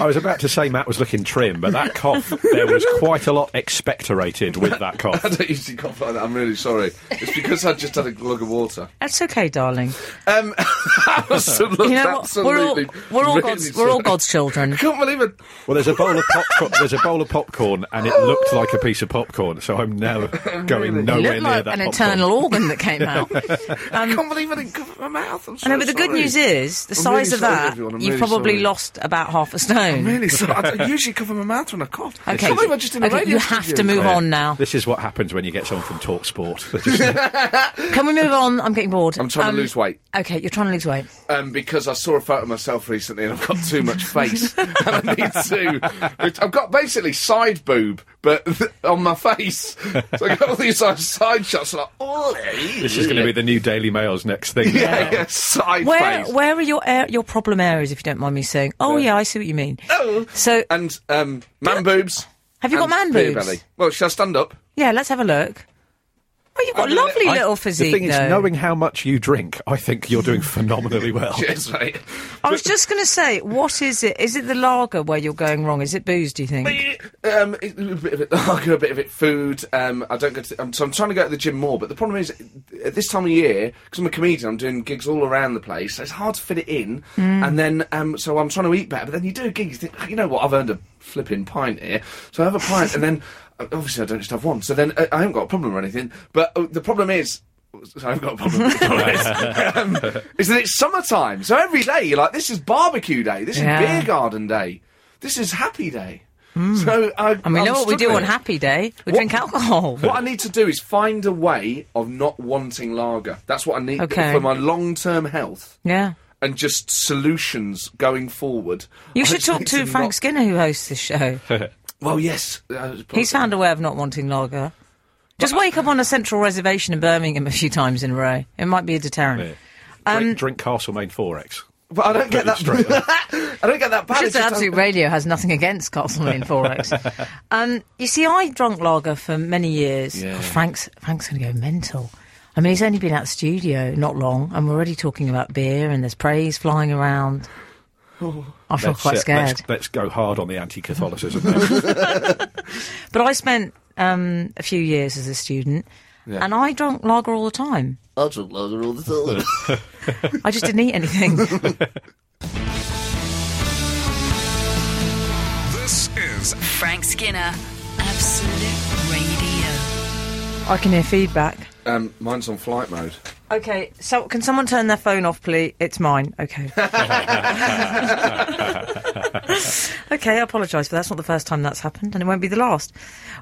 C: I was about to say Matt was looking trim, but that cough there was quite a lot expectorated with that cough.
D: I don't usually cough like that. I'm really sorry. It's because I just had a glug of water.
B: That's okay, darling.
D: Um, [LAUGHS] I must have looked
B: You know, what? we're all
D: absolutely
B: we're all
D: really
B: God's we're all
D: sorry.
B: God's children.
D: [LAUGHS] I can't believe it.
C: Well, there's a bowl of popcorn. there's a bowl of popcorn, and it looked like a piece of popcorn. So I'm now going
B: You
C: nowhere
B: look
C: near
B: like
C: that
B: an
C: popcorn.
B: internal organ that
C: [LAUGHS]
B: came out.
D: I can't believe I didn't cover my mouth. I'm so
B: I know, but the good
D: sorry.
B: news is the
D: I'm
B: size
D: really
B: of
D: sorry,
B: that
D: everyone. I'm
B: you've
D: really
B: probably
D: sorry.
B: lost about half a stone.
D: Really sorry. I don't usually cover my mouth when I cough. I
B: Okay,
D: can't believe I just did a
B: okay
D: radio
B: you have to
D: studio.
B: move on now.
C: This is what happens when you get someone from Talk Sport. [LAUGHS]
B: Can we move on? I'm getting bored. Um,
D: I'm trying to lose weight.
B: Okay, you're trying to lose weight.
D: um, because I saw a photo of myself recently and I've got too much
B: [LAUGHS]
D: face. and I need to. which- I've got basically side boob, but [LAUGHS] on my face. So I got all these like, side shots like, oh,
C: this is going to be the new Daily Mail's next thing.
D: [LAUGHS] yeah, yeah, side
B: Where
D: face.
B: where are your air your problem areas, if you don't mind me saying? Oh yeah, I see what you mean.
D: Oh.
B: So
D: And um, man boobs.
B: Have you got
D: and
B: man
D: beer
B: boobs?
D: Belly. Well, shall I stand up?
B: yeah, let's have a look. Oh, you've got
D: I mean,
B: lovely
D: I-
B: little
C: The
B: physique.
C: thing is,
B: though.
C: knowing how much you drink, I think you're
B: [LAUGHS]
C: doing phenomenally well.
D: Yes, mate.
B: I was just going to say, what is it? Is it the lager where you're going wrong? Is it booze? Do you think?
D: Um, it- a bit of it [LAUGHS] lager, a bit of it food. Um, I don't go to. Um, so I'm trying to go to the gym more, but the problem is at this time of year because I'm a comedian, I'm doing gigs all around the place. So it's hard to fit it in, and then um, so I'm trying to eat better. But then you do a gig, you think, "Ah, you know what? I've earned a flipping pint here, so I have a pint, and then [LAUGHS] uh, obviously I don't just have one. So then uh, I haven't got a problem or anything. But uh, the problem is. I haven't got a problem. with it, um, is that it's summertime, so every day you're like, "This is barbecue day. This
B: Yeah. Hmm.
D: is beer garden day. This is happy day." So I,
B: And we
D: I'm
B: know what we do
D: struggling.
B: on Happy Day. We drink alcohol. [LAUGHS]
D: What I need to do is find a way of not wanting lager. That's what I need
B: Okay.
D: for my long-term health
B: Yeah.
D: and just solutions going forward.
B: You
D: I
B: should
D: just
B: talk
D: need
B: to
D: not-
B: Frank Skinner, who hosts this show.
D: Well, yes, uh,
B: He's found a way of not wanting lager. Just wake up on a central reservation in Birmingham a few times in a row. It might be a deterrent.
C: drink, drink
B: Um,
C: Castlemaine 4X.
D: But I don't get that.
C: Straight up.
D: [LAUGHS] I don't get
B: [LAUGHS]
D: that bad.
B: Just
D: It's
B: that
D: just- um,
B: Absolute Radio has nothing against Castlemaine Forex. um, you see, I drunk lager for many years.
D: Yeah.
B: Oh, Frank's Frank's going to go mental. I mean, he's only been out of studio not long, and we're already talking about beer, and there's praise flying around. I feel
C: Let's, uh,
B: Oh, quite scared.
C: Let's, let's go hard on the anti-Catholicism. now.
B: But I spent um, a few years as a student, and I drank lager all the time.
D: I drink lager all the time.
B: I just didn't eat anything.
E: This is
A: Frank Skinner. Absolute Radio.
B: I can hear feedback.
D: Um, mine's on flight mode.
B: Okay, so can someone turn their phone off, please? It's mine. Okay. okay, I apologise, but that's not the first time that's happened, and it won't be the last.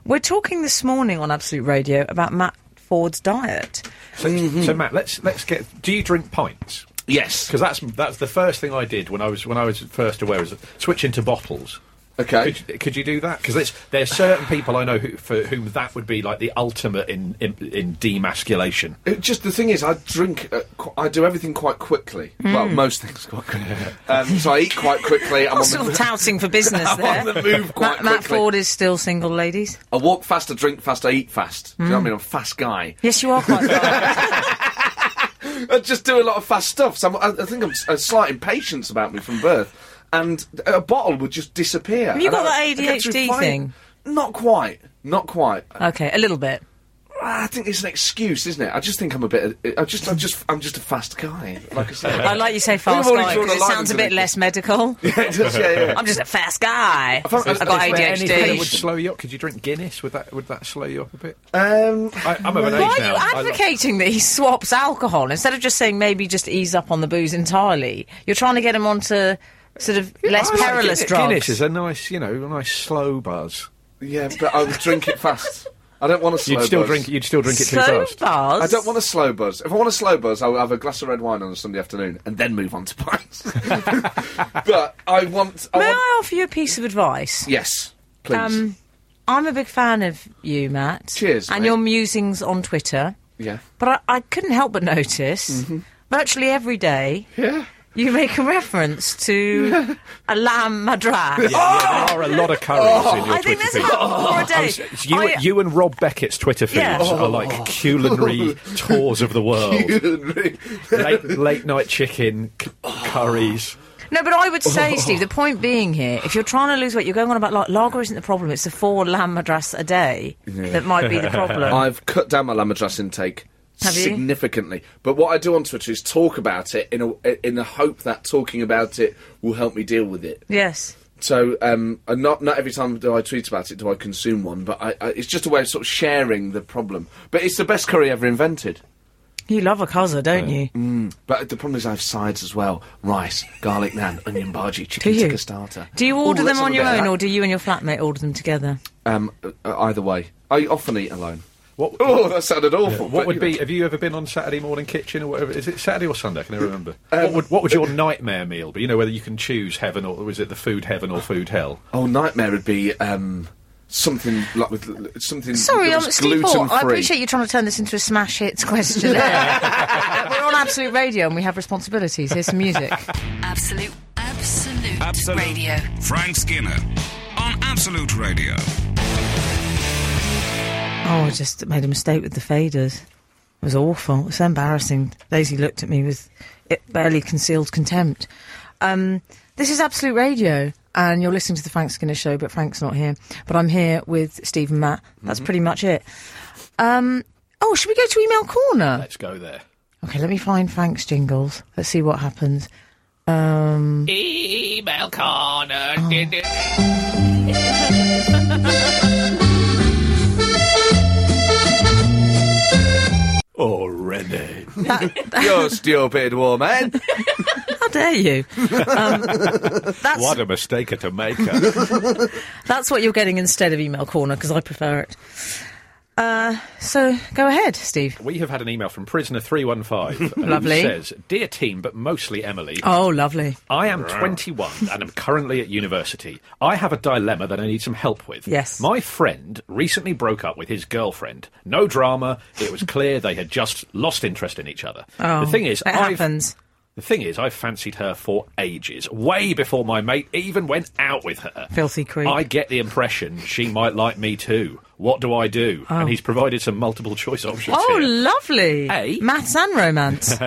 B: We're talking this morning on Absolute Radio about Matt Ford's diet.
C: So, so Matt, let's let's get. Do you drink pints?
D: Yes.
C: Because that's that's the first thing I did when I was when I was first aware was switch into bottles.
D: Okay.
C: Could, could you do that? Because there's certain people I know who, for whom that would be like the ultimate in in, in demasculation.
D: It just the thing is, I drink. Uh, qu- I do everything quite quickly.
B: Hmm.
D: Well, most things
B: [LAUGHS]
D: quite quickly. um, so I eat quite quickly. I'm on
B: Sort
D: the,
B: of
D: [LAUGHS]
B: touting for business
D: I'm
B: there.
D: on Oh, the move quite
B: Matt, Matt
D: quickly.
B: Ford is still single, ladies.
D: I walk fast, I drink fast, I eat fast. Do you know what I mean? I'm a fast guy.
B: Yes, you are
D: [LAUGHS]
B: quite right.
D: I just do a lot of fast stuff. So I'm, I, I think I'm s- a slight impatience about me from birth, and a bottle would just disappear.
B: you
D: And
B: got
D: I-
B: that
D: I get through
B: ADHD
D: fine-
B: thing? Uh,
D: Not quite. Not quite. Ah,
B: okay, a little bit.
D: I think it's an excuse, isn't it? I just think I'm a bit. I just, I'm just, I'm just a fast guy. Like I said,
B: I like you say fast
D: already
B: guy
D: drawn
B: 'cause
D: a
B: it
D: line
B: sounds a
D: under
B: bit
D: the-
B: less
D: [LAUGHS]
B: medical.
D: Yeah, [LAUGHS] just- yeah, yeah.
B: I'm just a fast guy. I've
D: found-
B: got
D: Is there
C: Anything that would
B: ADHD.
C: slow you up? Could you drink Guinness? Would that would that slow you up a bit?
D: Um,
C: I, I'm of an age
B: Why are
C: now.
B: you
C: I lo-
B: advocating that he swaps alcohol instead of just saying maybe just ease up on the booze entirely? You're trying to get him onto sort of less
C: I like
B: perilous
C: Guinness.
B: drugs.
C: Guinness is a nice, you know, a nice slow buzz.
D: yeah, but I would drink it fast. I don't want a slow.
C: You'd still
D: buzz.
C: drink. You'd still drink it too
B: so
C: fast.
B: buzz.
D: I don't want a slow buzz. If I want a slow buzz, I'll have a glass of red wine on a Sunday afternoon and then move on to
C: [LAUGHS]
D: pints. but I want. I
B: May
D: want
B: I offer you a piece of advice?
D: yes, please.
B: Um, I'm a big fan of you, Matt.
D: Cheers,
B: And
D: mate.
B: your musings on Twitter.
D: yeah. [LAUGHS]
B: But I, I couldn't help but notice
C: Mm-hmm.
B: virtually every day
D: Yeah.
B: you make a reference
C: [LAUGHS]
B: to a lamb madras.
C: Yeah, there are a lot of curries in your
B: Oh! I
C: Twitter
B: think there's
C: feed.
B: about four a
C: I
B: day.
C: was- you,
B: I-
C: you and Rob Beckett's Twitter feeds
B: Yeah. Oh.
C: are
B: [LAUGHS]
C: like culinary tours of the world. late, late night chicken, c- curries.
B: No, but
D: [LAUGHS]
B: I would say, Steve, the point being here, if you're trying to lose weight, you're going on about like, lager isn't the problem, it's the four lamb madras a day that might be the
D: [LAUGHS]
B: problem.
D: I've cut down my lamadras intake
B: Have you?
D: significantly. But what I do on Twitter is talk about it in a, in the hope that talking about it will help me deal with it.
B: yes.
D: So, um, and not not every time do I tweet about it do I consume one, but I, I, it's just a way of sort of sharing the problem. But it's the best curry ever invented.
B: You love a cozza, don't you?
D: Mm, But the problem is I have sides as well: rice, garlic naan, onion bhaji,
B: Do
D: chicken
B: you?
D: tikka starter.
B: Do you
D: Ooh,
B: order them
D: let's have
B: on
D: a
B: your
D: bit of
B: own,
D: that.
B: or do you and your flatmate order them together?
D: Um, uh, uh, either way, I often eat alone.
C: What,
D: Oh, that sounded awful.
C: what
D: but,
C: would
D: you know.
C: be? Have you ever been on Saturday morning kitchen or whatever? Is it Saturday or Sunday? I can I
B: Uh,
C: remember? what would what would your nightmare meal be? You know whether you can choose heaven or was it the food heaven or food hell?
D: Oh, nightmare would be um, something like with l- something.
B: Sorry,
D: that
B: um,
D: was
B: Steve Hall, I
D: gluten-free.
B: appreciate you trying to turn this into a smash [LAUGHS] hits questionnaire. Uh, We're on Absolute Radio and we have responsibilities. Here's some music.
A: Absolute, absolute,
E: Absolute.
A: radio.
E: Frank Skinner on Absolute Radio.
B: Oh, I just made a mistake with the faders. It was awful. It was so embarrassing. Daisy looked at me with it barely concealed contempt. Um, this is Absolute Radio, and you're listening to the Frank Skinner Show, but Frank's not here. But I'm here with Steve and Matt. That's pretty much it. Um, oh, should we go to email corner?
C: Let's go there.
B: Okay, let me find Frank's jingles. Let's see what happens. Um,
F: Email corner.
C: Oh, Renee.
D: You're stupid woman.
B: how dare you? Um, that's
C: What a mistake to
B: [LAUGHS]
C: make. Her.
B: That's what you're getting instead of email corner because I prefer it. Uh, so go ahead, Steve.
C: we have had an email from Prisoner
B: [LAUGHS]
C: 315 who
B: Lovely.
C: says, Dear team, but mostly Emily,
B: Oh, lovely.
C: I am 21 and am currently at university. I have a dilemma that I need some help with.
B: Yes.
C: My friend recently broke up with his girlfriend. No drama. It was clear they had just lost interest in each other.
B: Oh,
C: the thing is,
B: it
C: I've-
B: happens.
C: The thing is, I fancied her for ages, way before my mate even went out with her.
B: Filthy creep.
C: I get the impression she might like me too. What do I do? And he's provided some multiple choice options.
B: Oh,
C: here.
B: lovely.
C: A.
B: Maths and
C: [LAUGHS]
B: romance.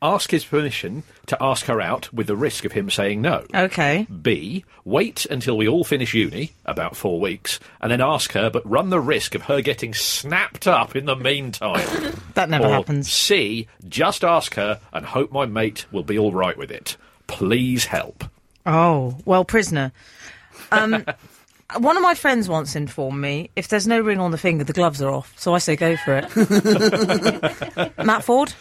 C: ask his permission to ask her out with the risk of him saying no.
B: okay.
C: B. Wait until we all finish uni, about four weeks, and then ask her, but run the risk of her getting snapped up in the meantime.
B: That [LAUGHS] never
C: or
B: happens.
C: C. Just ask her and hope my mate will be all right with it. Please help.
B: Oh, well, prisoner. Um, [LAUGHS] One of my friends once informed me if there's no ring on the finger, the gloves are off. So I say go for it.
C: [LAUGHS]
B: Matt Ford?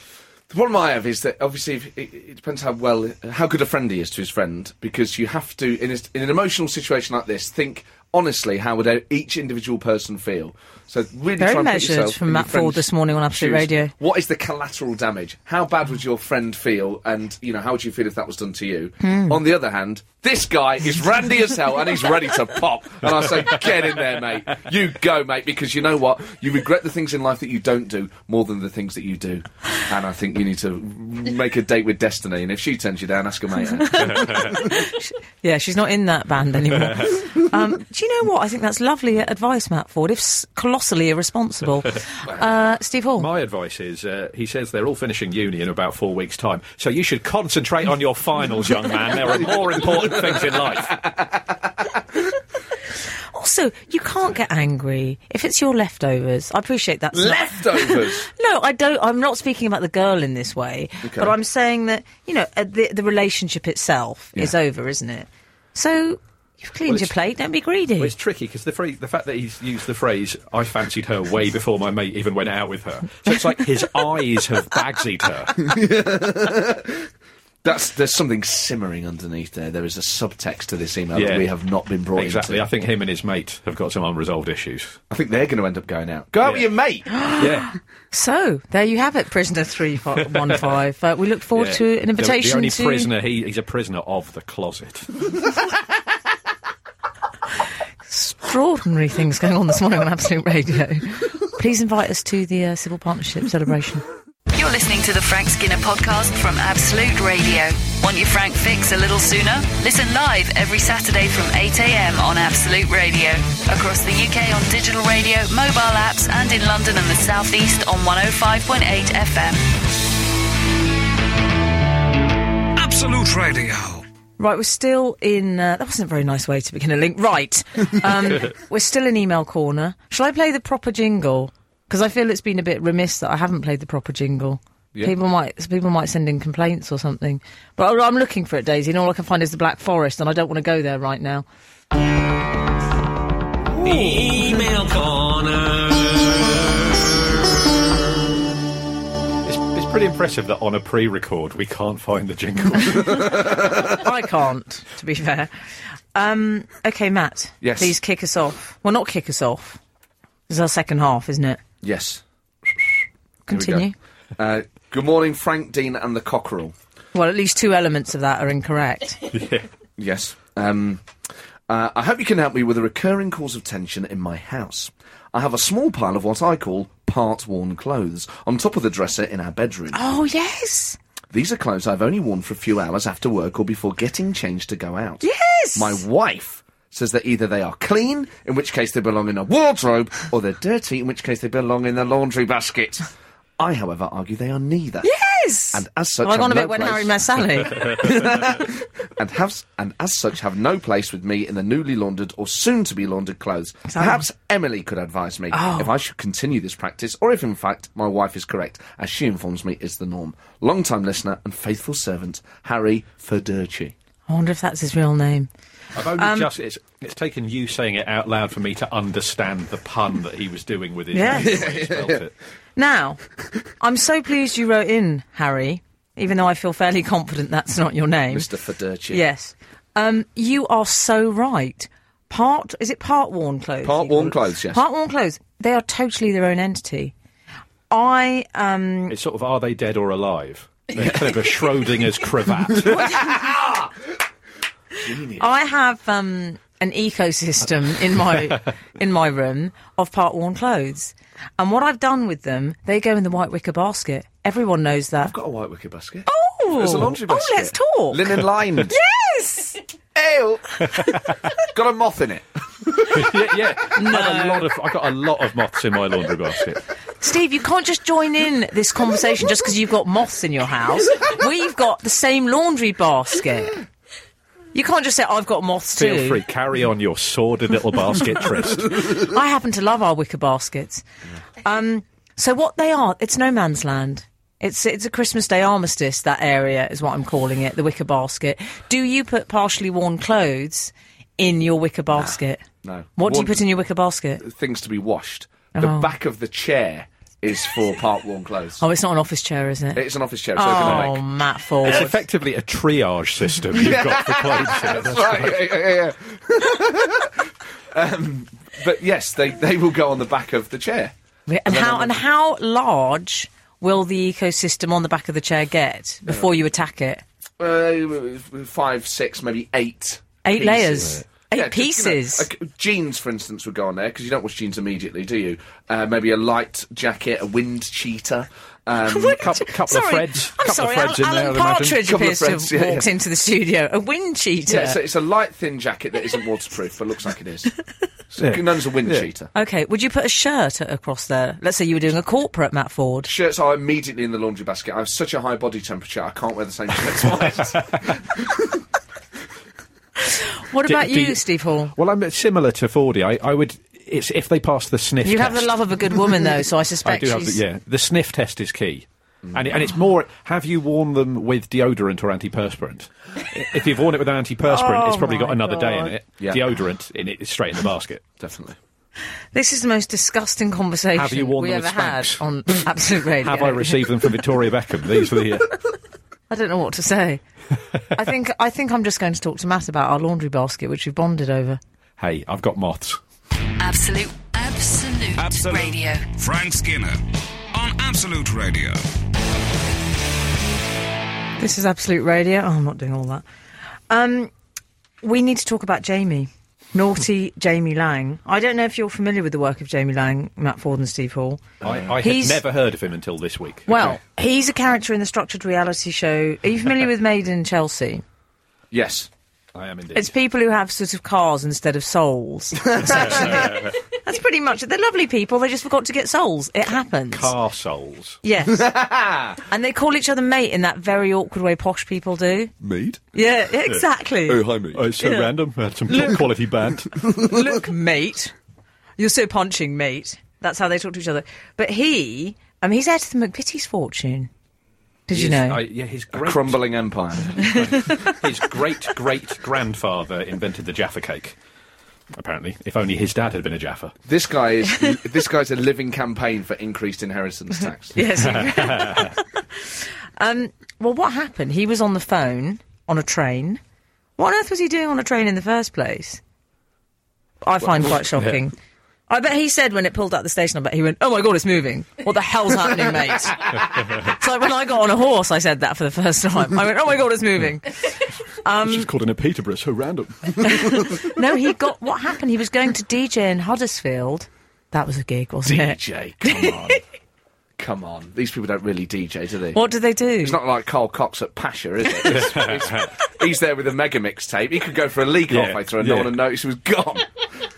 D: The problem I have is that obviously if, it, it depends how well, how good a friend he is to his friend, because you have to, in, a, in an emotional situation like this, think honestly how would e- each individual person feel. So
B: Very
D: really try and put
B: measured
D: yourself
B: from
D: in your
B: Matt Ford
D: friend's
B: this morning on Absolute
D: shoes.
B: Radio.
D: What is the collateral damage? How bad would your friend feel? And you know, how would you feel if that was done to you? On the other hand, this guy is randy as hell and he's ready to pop. And I say, get in there, mate. You go, mate, because you know what? You regret the things in life that you don't do more than the things that you do. And I think you need to make a date with destiny. And if she turns you down, ask her mate. out.
C: [LAUGHS]
B: Yeah, she's not in that band anymore. um, do you know what? I think that's lovely advice, Matt Ford, if s- colossally
C: [LAUGHS]
B: irresponsible. Uh, Steve Hall?
C: My advice is, uh, he says they're all finishing uni in about four weeks' time, so you should concentrate on your finals, young man. There are more important things in life.
B: Also, you can't get angry if it's your leftovers. I appreciate that.
D: Leftovers.
B: [LAUGHS] No, I don't. I'm not speaking about the girl in this way, but I'm saying that you know uh, the the relationship itself is over, isn't it? So you've cleaned
C: Well,
B: your
C: it's-
B: plate. Don't be greedy.
C: Well, it's tricky because the, phrase- the fact that he's used the phrase "I fancied her" way before my mate even went out with her, so it's like his eyes have bagsied [LAUGHS] her.
D: That's there's something simmering underneath there. There is a subtext to this email
C: Yeah.
D: that we have not been brought
C: Exactly. I
D: into.
C: think him and his mate have got some unresolved issues.
D: I think they're going to end up going out. Go out with
C: Yeah.
D: your mate.
C: [GASPS]
D: [GASPS]
C: Yeah.
B: so there you have it, prisoner three fi- one five. Uh, we look forward
C: Yeah.
B: to an
C: The-
B: invitation
C: The, only
B: to
C: prisoner, he, he's a prisoner of the closet.
B: extraordinary things going on this morning on Absolute Radio. Please invite us to the uh, civil partnership celebration.
A: You're listening to the Frank Skinner podcast from Absolute Radio. Want your Frank fix a little sooner? Listen live every Saturday from 8 a.m. on Absolute Radio. Across the UK on digital radio, mobile apps, and in London and the South East on 105.8 FM.
E: Absolute Radio.
B: Right, we're still in. Uh, that wasn't a very nice way to begin a link. Right,
D: [LAUGHS]
B: um, we're still in email corner. Shall I play the proper jingle? Because I feel it's been a bit remiss that I haven't played the proper jingle. People might people might send in complaints or something. But I- I'm looking for it, Daisy, and all I can find is the Black Forest, and I don't want to go there right now.
F: Email corner.
C: It's, it's pretty impressive that on a pre-record we can't find the jingle. [LAUGHS]
B: I can't, to be fair. Um, okay, Matt.
D: Yes.
B: Please kick us off. Well, not kick us off. This is our second half, isn't it?
D: Yes. we go.
B: Continue.
D: Uh, good morning, Frank Dean and the Cockerel.
B: Well, at least two elements of that are incorrect.
D: Yes. Um, uh, I hope you can help me with a recurring cause of tension in my house. I have a small pile of what I call part worn clothes on top of the dresser in our bedroom.
B: oh, yes.
D: These are clothes I've only worn for a few hours after work or before getting changed to go out.
B: Yes!
D: My wife says that either they are clean, in which case they belong in a wardrobe, or they're dirty, in which case they belong in the
B: [LAUGHS]
D: laundry basket. I, however, argue they are neither.
B: Yes.
D: And as such,
B: Have I gone a
D: have
B: bit
D: no
B: when
D: place-
B: Harry met
D: [LAUGHS]
B: Sally?
D: and have and as such have no place with me in the newly laundered or soon to be laundered clothes. Perhaps Emily could advise me
B: Oh.
D: if I should continue this practice, or if in fact my wife is correct, as she informs me is the norm. Long time listener and faithful servant, Harry Ferdurci.
B: I wonder if that's his real name.
C: I've only
B: Um,
C: just it's, it's taken you saying it out loud for me to understand the pun that he was doing with his
B: Yeah. [LAUGHS]
C: name, the way he spelt it.
B: Now, I'm so pleased you wrote in, Harry, even though I feel fairly confident that's not your name.
D: Mr.
B: [LAUGHS]
D: Ferdurci.
B: Yes. Um, you are so right. Part is it part worn clothes?
D: Part
B: you call
D: worn
B: it?
D: clothes, yes.
B: Part worn clothes. They are totally their own entity. I um
C: It's sort of are they dead or alive? They're kind of a
B: [LAUGHS]
C: Schrodinger's cravat.
B: I have um an ecosystem in
D: [LAUGHS]
B: my in my room of part worn clothes. And what I've done with them, they go in the white wicker basket. Everyone knows that.
D: I've got a white wicker basket.
B: Oh,
D: There's a laundry
B: oh,
D: basket.
B: let's talk.
D: Linen lined.
B: [LAUGHS] yes. [LAUGHS]
D: Ale. got a moth in it.
C: yeah, yeah.
D: [LAUGHS]
C: I got a lot of I got a lot of moths in my laundry basket.
B: Steve, you can't just join in this conversation just because you've got moths in your house. We've got the same laundry basket. You can't just say, I've got moths too.
C: Feel free, carry on your sordid little
D: [LAUGHS]
C: basket tryst.
B: I happen to love our wicker baskets. Um, so what they are, it's no man's land. It's it's a Christmas Day armistice. That area is what I'm calling it, the wicker basket. Do you put partially worn clothes in your wicker basket?
D: No.
B: What do you
D: One-
B: put in your wicker basket?
D: Things to be washed. The
B: Oh.
D: back of the chair is for part worn clothes.
B: Oh, it's not an office chair, is it?
D: It's an office chair, it's
B: oh,
D: ergonomic.
B: Matt Ford.
C: It's effectively a triage system you've got for clothes. here.
D: [LAUGHS] That's right. Yeah, yeah, yeah. [LAUGHS] um, but yes, they, they will go on the back of the chair.
B: And how and how large will the ecosystem on the back of the chair get before you attack it?
D: Uh, five, six, maybe eight.
B: Eight layers? Eight
D: just, you know,
B: pieces?
D: a- jeans, for instance, would go on there because you don't wash jeans immediately, do you? Uh, maybe a light jacket, a wind cheater.
B: [LAUGHS]
D: Um,
C: Couple, couple
B: sorry,
C: of threads.
B: I'm
C: couple
B: sorry,
C: of threads in
B: Alan
C: there, I'd imagine.
B: Partridge
D: Couple of
B: appears
D: threads,
B: to
D: yeah,
B: have
D: yeah.
B: walked into the studio. A wind cheater.
D: yeah, so it's a light, thin jacket that isn't waterproof, but looks like
B: [LAUGHS]
D: it is. So
C: Yeah.
D: Known's a wind
C: Yeah.
D: cheater.
B: okay, would you put a shirt a- across there? Let's say you were doing a corporate, Matt Ford.
D: Shirts are immediately in the laundry basket. I have such a high body temperature, I can't wear the same shirt [LAUGHS] twice.
B: What
C: Do-
B: about
C: do
B: you,
C: you-
B: Steve Hall?
C: Well, I'm similar to Fordy. I, I would. It's if they pass the sniff.
B: You have the
C: test.
B: love of a good woman, though, so I
C: [LAUGHS] I
B: suspect
C: do have. The,
B: she's.
C: yeah, the sniff test is key.
D: Mm.
C: And, it- and it's more, have you worn them with deodorant or antiperspirant? I- if you've worn it with an antiperspirant, it's
B: Oh
C: probably got
B: my
C: another day in
B: God.
C: it.
D: Yeah.
C: Deodorant in it is straight in the basket.
D: Definitely.
B: This is the most disgusting conversation
C: Have you worn
B: we
C: them
B: ever
C: with
B: had
C: Spanx?
B: on [LAUGHS] Absolute Radio.
C: Have I
B: [LAUGHS]
C: received them from Victoria Beckham? These were the. Uh,
B: I don't know what to
C: [LAUGHS]
B: say. I think I think I'm just going to talk to Matt about our laundry basket, which we've bonded over.
C: hey, I've got moths.
A: Absolute, absolute,
E: Absolute.
A: radio.
E: Frank Skinner on Absolute Radio.
B: This is Absolute Radio. Oh, I'm not doing all that. Um, we need to talk about Jamie. Naughty Jamie Lang. I don't know if you're familiar with the work of Jamie Lang, Matt Ford and Steve Hall.
C: I, I had
B: He's-
C: never heard of him until this week.
B: Well, he's a character in the structured reality show. Are you familiar
C: [LAUGHS]
B: with Made in Chelsea?
D: Yes.
C: I am indeed.
B: It's people who have sort of cars instead of
C: [LAUGHS]
B: souls. Essentially. That's pretty much it. They're lovely people. They just forgot to get souls. It happens.
C: Car souls.
B: Yes.
C: [LAUGHS]
B: and they call each other mate in that very awkward way posh people do.
C: Mead?
B: Yeah, exactly.
D: hi, me.
C: Oh, it's so random. I had some top quality band.
B: Look, mate. You're so punching, mate. That's how they talk to each other. But he, I mean, he's heir to the McVitie's fortune. [LAUGHS] Did you know?
C: I, yeah, his great, [LAUGHS]
D: Crumbling empire.
C: his great great grandfather invented the Jaffa cake. Apparently, if only his dad had been a Jaffa.
D: This guy is this guy's a living campaign for increased
C: [LAUGHS]
D: inheritance tax.
B: Yes. um, well, what happened? He was on the phone on a train. What on earth was he doing on a train in the first place? I find quite shocking. I bet he said when it pulled out the station, I bet he went, Oh my god, it's moving. What the hell's happening, mate? so when I got on a horse, I said that for the first time. I went, Oh my god, it's moving.
C: It's just called in a Peterborough, so [LAUGHS] random.
B: No, he got what happened. He was going to DJ in Huddersfield. That was a gig, wasn't it?
D: DJ, come on. come on. These people don't really DJ, do they?
B: What did they do?
D: It's not like Carl Cox at Pasha, is it? It's-
C: [LAUGHS]
D: it's- he's there with a mega mixtape. He could go for a leak
C: Yeah,
D: halfway through and
C: yeah.
D: no one would notice he
C: [LAUGHS]
D: was gone.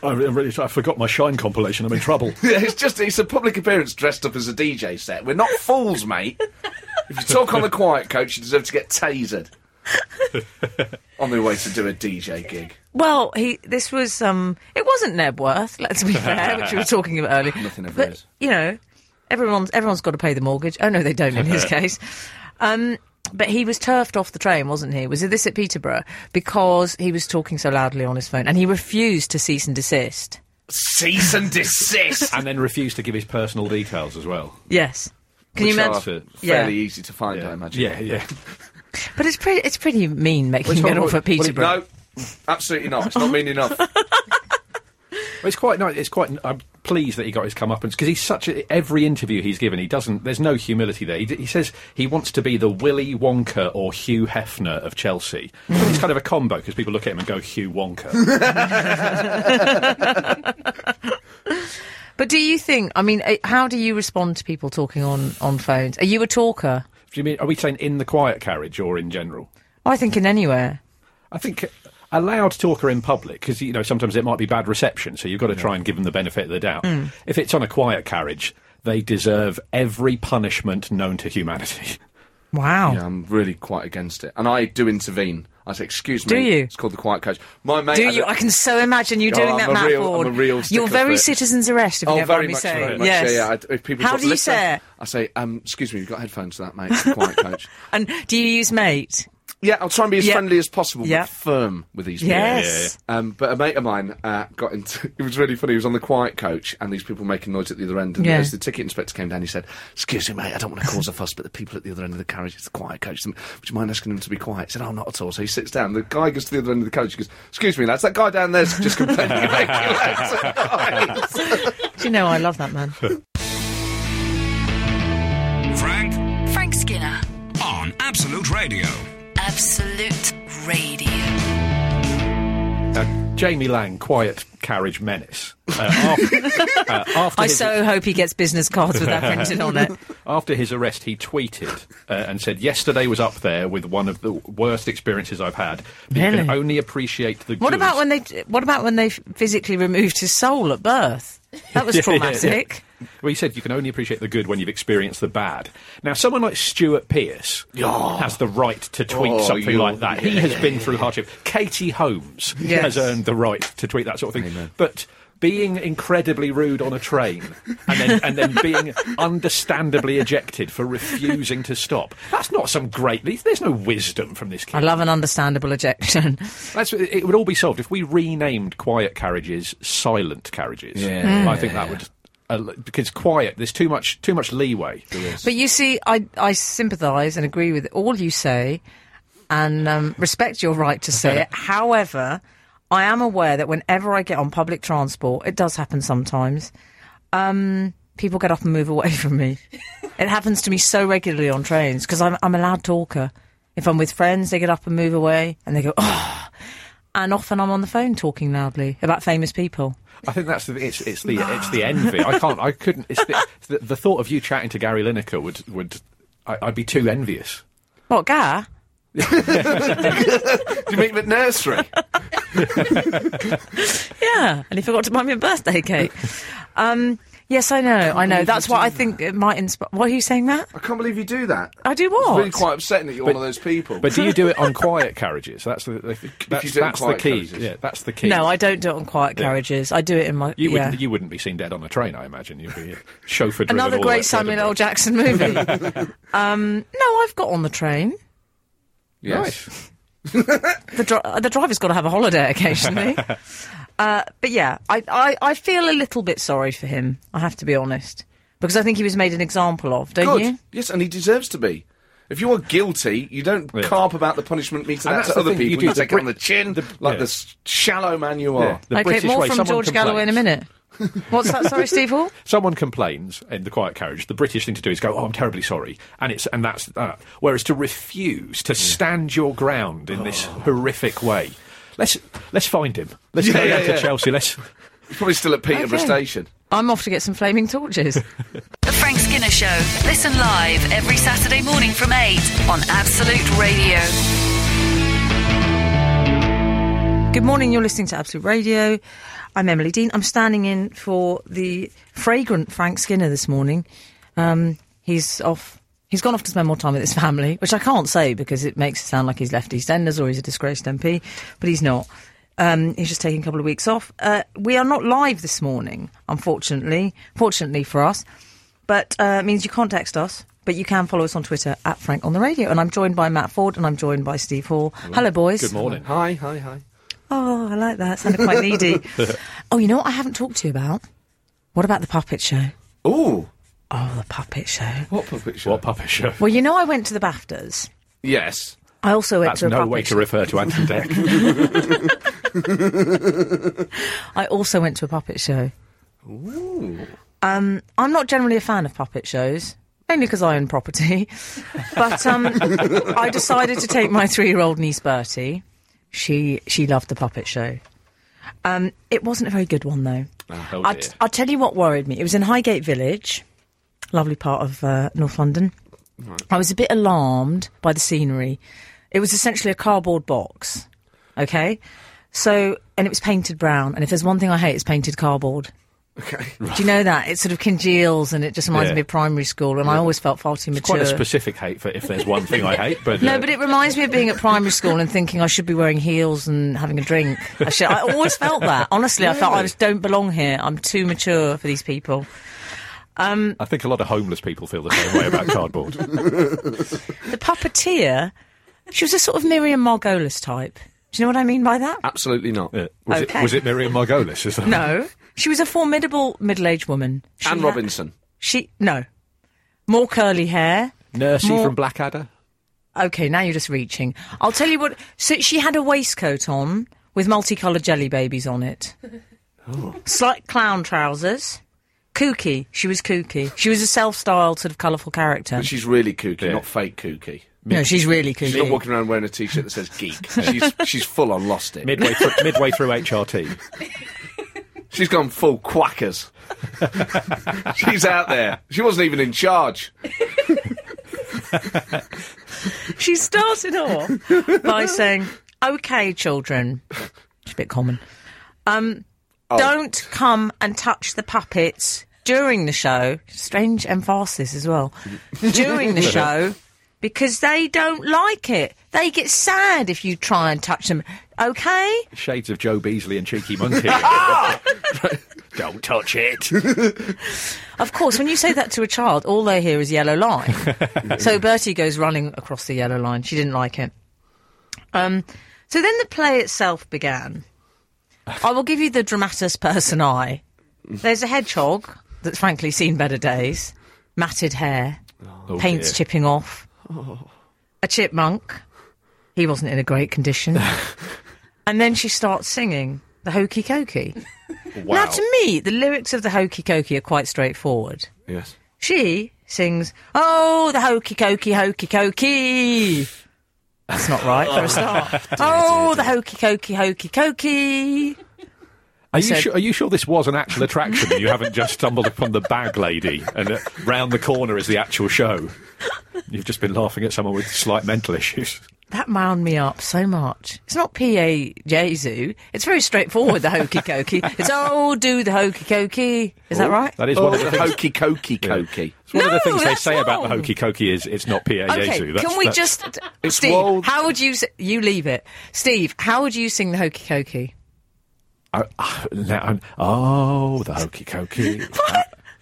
C: I'm really sorry. I forgot my Shine compilation. I'm in trouble.
D: Yeah, it's just, it's a public appearance dressed up as a DJ set. We're not fools, mate. If you talk on the quiet coach, you deserve to
C: [LAUGHS]
D: get tasered. on their way to do a DJ gig.
B: Well, he this was um it wasn't Nebworth, let's
D: [LAUGHS]
B: be fair, which we were talking about earlier.
D: Nothing ever
B: but,
D: is.
B: You know, everyone's everyone's got to pay the mortgage. Oh no, they don't in
D: [LAUGHS]
B: his case. Um but he was turfed off the train, wasn't he? Was it this at Peterborough? Because he was talking so loudly on his phone and he refused to cease and desist.
D: Cease and desist.
C: and then refused to give his personal details as well.
B: Yes. Can [LAUGHS] you
D: Which are
B: imagine?
D: Fairly easy to find, I imagine.
C: Yeah, yeah.
B: But it's pretty it's pretty mean making
D: Which
B: it
D: one
B: off
D: would-
B: at
D: would it-
B: Peterborough.
D: No, absolutely not. It's not mean [LAUGHS] enough.
C: It's quite nice. It's quite. I'm pleased that he got his comeuppance because he's such. A, every interview he's given, he doesn't. There's no humility there. He, d- he says he wants to be the Willy Wonka or Hugh Hefner of Chelsea. But it's kind of a combo because people look at him and go Hugh Wonka.
B: But do you think I mean eh, how do you respond to people talking on on phones? Are you a talker?
C: Do you mean? Are we saying in the quiet carriage or in general?
B: I think in anywhere.
C: I think. uh, A loud talker in public, because you know sometimes it might be bad reception, so you've got to try and give them the benefit of the doubt. If it's on a quiet carriage, they deserve every punishment known to humanity.
B: Wow.
D: Yeah, I'm really quite against it, and I do intervene. I say, "Excuse me."
B: Do you?
D: It's called the quiet coach. My mate.
B: Do
D: I
B: you?
D: don't-
B: I can so imagine you
D: Oh,
B: doing
D: I'm
B: that,
D: a
B: Matt
D: real- I'm
B: Ford.
D: a real
B: You're
D: sticker for
B: very
D: it.
B: citizen's arrest, if you
D: Oh,
B: don't mind
D: very
B: me
D: much,
B: saying.
D: very much.
B: Yes.
D: Yeah, yeah. I, if people
B: How
D: sort of
B: do you
D: listen,
B: say it? [LAUGHS]
D: I say, um, "Excuse me, you've got headphones for that, mate." It's the quiet coach.
B: And do you use mate?
D: Yeah, I'll try and be as
B: Yeah.
D: friendly as possible,
B: Yeah.
D: but firm with these people.
B: Yes.
D: Um, but a mate of mine uh, got into. [LAUGHS] It was really funny. He was on the quiet coach, and these people were making noise at the other end. And
B: Yeah.
D: as the ticket inspector came down, he said, "Excuse me, mate. I don't want to cause a fuss, but the people at the other end of the carriage, it's the quiet coach. Would you mind asking them to be quiet?" He said, "Oh, not at all." So he sits down. The guy goes to the other end of the carriage. He goes, "Excuse me, lads. That guy down there's just complaining about
B: [LAUGHS]
D: noise."
B: Do you know I love that man?
E: Frank
A: Frank Skinner.
E: on Absolute Radio.
A: Absolute Radio.
C: Uh, Jamie Lang, Quiet Carriage Menace.
B: [LAUGHS]
C: Uh, after, uh, after
B: I
C: his-
B: so
D: [LAUGHS]
B: hope he gets business cards with that printed on it.
C: After his arrest, he tweeted uh, and said, "Yesterday was up there with one of the worst experiences I've had. But You
B: Really?
C: can only appreciate the.
B: What
C: good."
B: about when they? What about when they physically removed his soul at birth? That
D: [LAUGHS]
B: was
C: Yeah, yeah, yeah.
B: traumatic.
C: Well, he said you can only appreciate the good when you've experienced the bad. Now, someone like Stuart Pearce has the right to tweet
D: Oh,
C: something
D: you-
C: like that. he has been through hardship. Katie Holmes
B: Yes.
C: has earned the right to tweet that sort of thing. But being incredibly rude on a train and then, and then being understandably ejected for refusing to stop, that's not some great. There's no wisdom from this kid.
B: I love an understandable ejection.
C: That's, it would all be solved if we renamed quiet carriages silent carriages.
D: Yeah.
C: I think that would. Uh, because quiet, there's too much too much leeway.
B: But you see, I, I sympathise and agree with all you say and um, respect your right to say it. However, I am aware that whenever I get on public transport, it does happen sometimes, um, people get up and move away [LAUGHS] from me. it happens to me so regularly on trains because I'm, I'm a loud talker. If I'm with friends, they get up and move away and they go, oh. And often I'm on the phone talking loudly about famous people.
C: I think that's the it's it's the it's the envy. I can't. I couldn't. It's the, it's the, the thought of you chatting to Gary Lineker would would I, I'd be too envious.
B: What, Gar?
D: Do you meet him at nursery?
B: Yeah, and he forgot to buy me a birthday cake. um, yes, I know, I know. That's why I think it might inspire. Why are you saying that?
D: I can't believe you do that.
B: I do
D: It's
B: what?
D: really quite upsetting that you're one of those people.
C: But do you do it on quiet carriages? That's the that's,
D: you
C: that's,
D: do it on
C: the
D: quiet
C: key.
D: carriages.
C: Yeah, that's the key.
B: No, I don't do it on quiet
C: Yeah.
B: carriages. I do it in my.
C: You
B: yeah.
C: wouldn't you wouldn't be seen dead on a train. I imagine you'd be chauffeured.
B: Another
C: all the way
B: great
C: to Edinburgh.
B: Samuel L. Jackson movie. um,
C: [LAUGHS]
B: no, I've got on the train.
D: Yes.
C: Nice.
B: The, dri- uh, the driver's got to have a holiday
C: [LAUGHS]
B: occasionally. uh, but yeah, I, I, I feel a little bit sorry for him, I have to be honest. Because I think he was made an example of, don't
D: Good.
B: you?
D: Yes, and he deserves to be. If you are guilty, you don't
C: Yeah.
D: carp about the punishment meted
C: And
D: out
C: that's
D: to
C: the
D: other
C: thing, you
D: people. You,
C: do the
D: take it on the
C: Brit-
D: chin,
C: the-
D: like
C: yeah.
D: the s- shallow man you
C: Yeah,
D: are.
C: the
B: okay,
C: British
B: more
C: way.
B: from
C: Someone
B: George Galloway in a
C: complains.
B: minute. What's that? Sorry, Steve
C: [LAUGHS]
B: Hall?
C: someone complains in the quiet carriage, the British thing to do is go, "Oh, I'm terribly sorry," and it's and that's that. Whereas to refuse to stand your ground in
B: Oh.
C: this horrific way, let's let's find him. Let's go
D: Yeah,
C: down
D: yeah,
C: to
D: yeah.
C: Chelsea. Let's
D: He's probably still at Peterborough
B: Okay.
D: Station.
B: I'm off to get some flaming torches.
A: The Frank Skinner Show. Listen live every Saturday morning from 8 on Absolute Radio.
B: Good morning, you're listening to Absolute Radio. I'm Emily Dean. I'm standing in for the fragrant Frank Skinner this morning. Um, he's off. He's gone off to spend more time with his family, which I can't say because it makes it sound like he's left EastEnders or he's a disgraced MP, but he's not. Um, he's just taking a couple of weeks off. Uh, we are not live this morning, unfortunately. Fortunately for us, but uh, it means you can't text us, but you can follow us on Twitter at Frank on the Radio. And I'm joined by Matt Ford and I'm joined by Steve Hall. Hello, boys.
C: good morning.
D: Hi, hi, hi.
B: Oh, I like that. Sounded quite
C: [LAUGHS]
B: needy. oh, you know what I haven't talked to you about? What about the puppet show?
D: Ooh,
B: Oh, the puppet show.
D: what puppet show?
C: What puppet show?
B: Well, you know I went to the BAFTAs.
D: Yes.
B: I also went
C: That's
B: to a
C: no
B: puppet
C: way to
B: show.
C: refer to
B: [LAUGHS]
C: Anton Deck. Oh,
B: I also went to a puppet show. Um, I'm not generally a fan of puppet shows, mainly because I own property. [LAUGHS] But um, I decided to take my three-year-old niece Bertie. She she loved the puppet show. Um, it wasn't a very good one though.
C: oh
B: I'll,
C: dear.
B: t- I'll tell you what worried me. It was in Highgate Village, lovely part of uh, North London. I was a bit alarmed by the scenery. It was essentially a cardboard box, okay? So, and it was painted brown. And if there's one thing I hate, it's painted cardboard.
D: Okay.
B: Do you know that? It sort of congeals and it just reminds
C: Yeah.
B: me of primary school. And I always felt far too mature.
C: Quite a specific hate for if there's one thing I hate, but uh,
B: No, but it reminds me of being at primary school and thinking I should be wearing heels and having a drink. I, should, I always felt that. Honestly, I felt I just don't belong here. I'm too mature for these people.
C: I Uh, think a lot of homeless people feel the same way about cardboard.
B: The puppeteer She was a sort of Miriam Margolis type. Do you know what I mean by that?
D: Absolutely not.
C: Yeah. Was,
B: Okay.
C: it, was it Miriam Margolis? Is that
B: No. She was a formidable middle-aged woman. She
D: Anne
B: ha-
D: Robinson.
B: She no. More curly hair.
C: Nursey
B: More-
C: from Blackadder?
B: Okay, now you're just reaching. I'll tell you what. So she had a waistcoat on with multicoloured jelly babies on it.
D: Oh.
B: Slight clown trousers. Kooky. She was kooky. She was a self-styled sort of colourful character.
D: But she's really kooky,
C: Yeah.
D: not fake kooky.
B: no, she's really kooky.
D: She's not walking around wearing a T-shirt that says
B: [LAUGHS]
D: geek. she's she's full on lost it.
C: Midway, through, midway through HRT.
D: She's gone full
C: [LAUGHS]
D: quackers. she's out there. She wasn't even in charge.
B: She started off by saying, "Okay, children," which is a bit common. Um, Don't come and touch the puppets during the show. Strange emphasis as well. during the show, because they don't like it. They get sad if you try and touch them. Okay,
C: Shades of Joe Beasley
B: [LAUGHS]
C: and Cheeky Monkey. Don't touch it.
B: of course. When you say that to a child, all they hear is yellow line. so Bertie goes running across the yellow line. She didn't like it. Um, so then the play itself began. I will give you the dramatis personae. There's a hedgehog that's frankly seen better days, matted hair, paint's
C: dear.
B: chipping off, a chipmunk. He wasn't in a great condition. and then she starts singing the Hokey Cokey. Now, to me, the lyrics of the Hokey Cokey are quite straightforward.
D: Yes.
B: She sings, Oh, the hokey cokey, hokey cokey. That's not
C: [LAUGHS]
B: right for a start. oh, the hokey cokey, hokey cokey.
C: Are you,
B: said-
C: sure, are you sure this was an actual attraction? and you haven't just stumbled upon the bag lady and uh, round the corner is the actual show. You've just been laughing at someone with slight mental issues.
B: That wound me up so much. It's not P.A. Jesu. It's very straightforward, the hokey cokey.
C: [LAUGHS]
B: It's, Oh, do the hokey cokey. Is that right?
C: That is
D: Oh,
C: one of
D: the
C: the things.
D: hokey cokey cokey.
C: It's one of the
B: No,
C: things they
B: that's
C: say about the
B: wrong.
C: hokey cokey is it's not PA
B: Okay,
C: Jesu. That's-
B: can we
C: that's-
B: just.
D: It's
B: Steve,
D: well-
B: how would you. s- You leave it. Steve, how would you sing the hokey cokey? [LAUGHS]
C: I, I, now I'm- oh, the hokey cokey.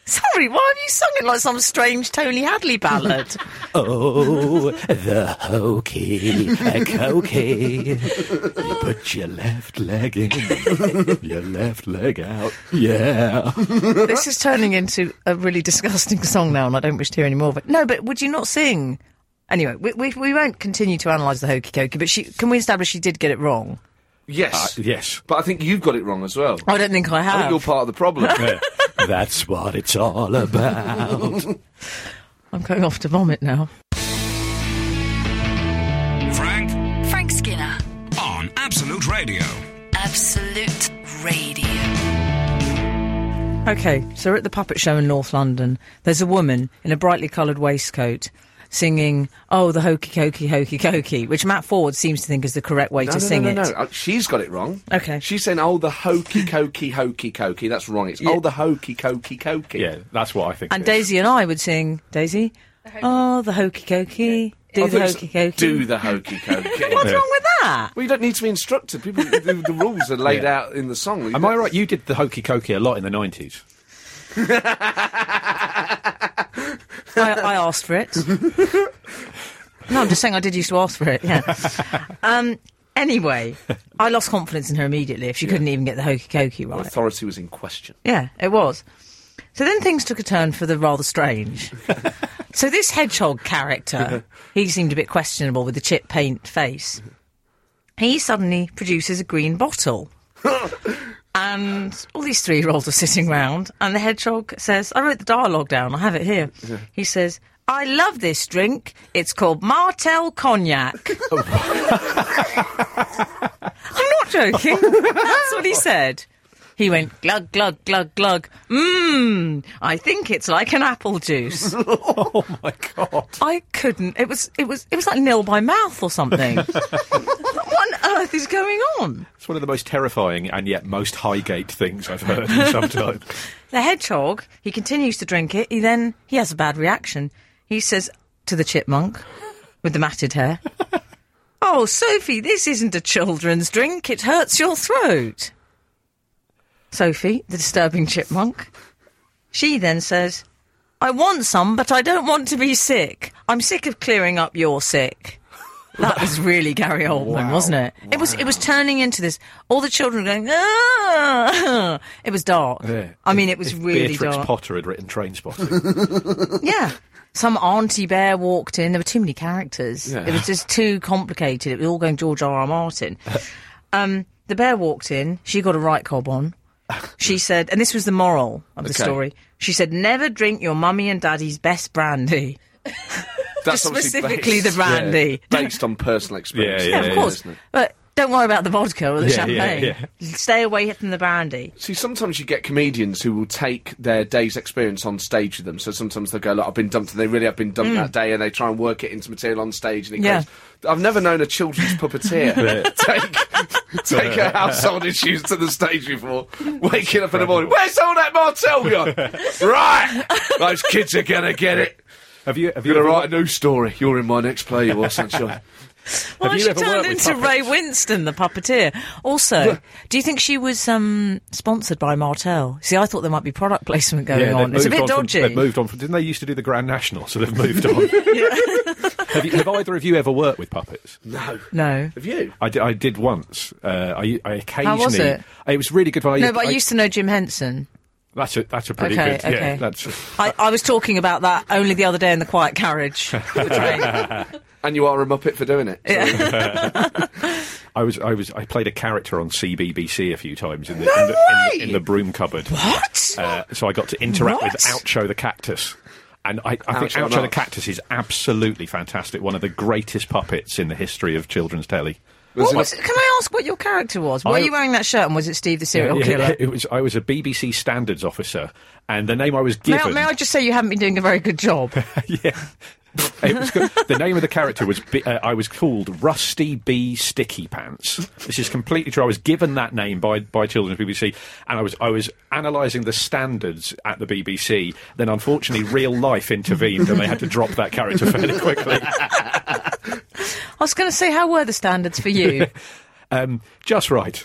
B: Sorry, why have you sung it like some strange Tony Hadley ballad?
C: Oh, the hokey, a cokey. You put your left leg in, your left leg out. Yeah.
B: this is turning into a really disgusting [LAUGHS] song now, and I don't wish to hear any more of it. No, but would you not sing? Anyway, we, we, we won't continue to analyse the hokey cokey, but she, can we establish she did get it wrong?
D: Yes.
C: Uh, yes.
D: But I think you've got it wrong as well.
B: I don't think I
D: I think
B: have.
D: you're part of
B: [LAUGHS]
D: the problem.
C: Uh, That's what it's all about.
B: I'm going off to vomit now.
E: Frank
A: Frank Skinner,
E: on Absolute Radio.
A: Absolute Radio.
B: Okay, so we're at the puppet show in North London. There's a woman in a brightly coloured waistcoat singing, Oh, the hokey cokey, hokey cokey, which Matt Ford seems to think is the correct way
D: No,
B: to
D: no,
B: sing
D: no,
B: it.
D: no, no. Uh, She's got it wrong.
B: Okay.
D: She's saying, oh, the hokey cokey, hokey cokey. That's wrong. It's, oh, the hokey cokey, cokey.
C: yeah, that's what I think.
B: And
C: it is.
B: Daisy and I would sing, Daisy, Oh, the hokey cokey, do
D: I
B: the
D: thought it was,
B: hokey cokey.
D: Do the
B: [LAUGHS]
D: hokey cokey.
B: What's wrong with that?
D: Well, you don't need to be instructed. People, the, the rules are laid
C: Yeah.
D: out in the song. You
C: Am
D: don't-
C: I right? You did the hokey cokey a lot in the 90s.
B: I, I asked for it. no, I'm just saying I did used to ask for it. Yeah. Um, anyway, I lost confidence in her immediately if she couldn't even get the hokey cokey right.
D: Authority was in question.
B: Yeah, it was. So then things took a turn for the rather strange. so this hedgehog character, he seemed a bit questionable with the chip paint face. He suddenly produces a green bottle. and all these three year olds are sitting round, and the hedgehog says, I wrote the dialogue down, I have it here. He says, I love this drink. It's called Martel Cognac. I'm not joking. That's what he said. He went glug glug glug glug. Mmm. I think it's like an apple juice.
C: Oh [LAUGHS] my [LAUGHS] god.
B: I couldn't. It was it was it was like nil by mouth or something. what on earth is going on?
C: It's one of the most terrifying and yet most Highgate things I've heard in some time.
B: The hedgehog. He continues to drink it. He then he has a bad reaction. He says to the chipmunk with the matted
C: [LAUGHS]
B: hair, "Oh, Sophie, this isn't a children's drink. It hurts your throat." Sophie, the disturbing chipmunk. She then says, I want some, but I don't want to be sick. I'm sick of clearing up your sick. That was really Gary Oldman, wasn't it? It was. It was turning into this. All the children were going. Ah! [LAUGHS] It was dark.
C: Yeah.
B: I mean, it was
C: If
B: really
C: Beatrix
B: dark.
C: Potter had written Train Spotting.
B: Yeah. Some auntie bear walked in. There were too many characters.
C: Yeah.
B: It was just too complicated. It was all going George R. R.
C: [LAUGHS]
B: Martin. um, the bear walked in. She got a right cob on.
C: [LAUGHS]
B: She said, and this was the moral of the
D: Okay.
B: story. She said, "Never drink your mummy and daddy's best brandy."
D: That's
B: Just
D: obviously
B: specifically the
D: based-
B: brandy.
D: yeah, based on personal experience.
C: Yeah,
B: Yeah, of course.
D: isn't it?
B: But don't worry about the vodka or the
C: Yeah, yeah,
B: champagne. Stay away from the brandy.
D: See, sometimes you get comedians who will take their day's experience on stage with them. So sometimes they'll go, like, I've been dumped, and they really have been dumped that day, and they try and work it into material on stage, and it
B: Yeah.
D: goes, I've never known a children's puppeteer [LAUGHS] take, take her household issues to the stage before, waking up in the morning, where's all that Martel gone? right, those kids are going to get it.
C: have you? Have you
D: You're going
C: ever
D: to write a new story. You're in my next play, you are, sunshine.
B: Well,
C: Have you
B: she
C: ever
B: turned
C: worked with
B: into Ray
C: puppets?
B: Winston, the puppeteer. Also, do you think she was um, sponsored by Martell? See, I thought there might be product placement going
C: they've
B: on. It's a
C: moved
B: bit
C: on from-
B: dodgy.
C: they've moved on from. Didn't they used to do the Grand National? So they've
B: [LAUGHS]
C: moved on. have, you, have either of you ever worked with puppets?
D: No.
B: no.
D: Have you?
C: I did, I did once. Uh, I, I occasionally.
B: was it?
C: It was really good. When I,
B: No, but I
C: I-
B: used to know Jim Henson.
C: That's a that's a pretty
B: Okay,
C: good. Yeah,
B: okay.
C: that's.
B: I, I was talking about that only the other day in the quiet carriage.
C: [LAUGHS]
D: And you are a muppet for doing it. so-
C: I was I was I played a character on CBBC a few times in the in, the, in, the, in the broom cupboard.
B: what?
C: Uh, so I got to interact with
B: What?
C: Oucho the cactus. And I, I think
D: Oucho
C: Oucho,
D: the
C: the
D: Mouse.
C: Cactus is absolutely fantastic. One of the greatest puppets in the history of children's telly.
D: There's
B: What
D: an-
B: was, can I ask what your character was? Were
C: I-
B: you wearing that shirt and was it Steve the serial killer?
C: It was, I was a BBC standards officer, and the name I was
B: May I,
C: given.
B: may I just say you haven't been doing a very good job?
C: [LAUGHS] yeah. It was good. The name of the character was B- uh, I was called Rusty B Sticky Pants. This is completely true. I was given that name by by Children's BBC, and I was I was analysing the standards at the BBC. Then unfortunately, real life intervened, and they had to drop that character [LAUGHS] fairly quickly.
B: I was going to say, how were the standards for you?
C: Um, just right.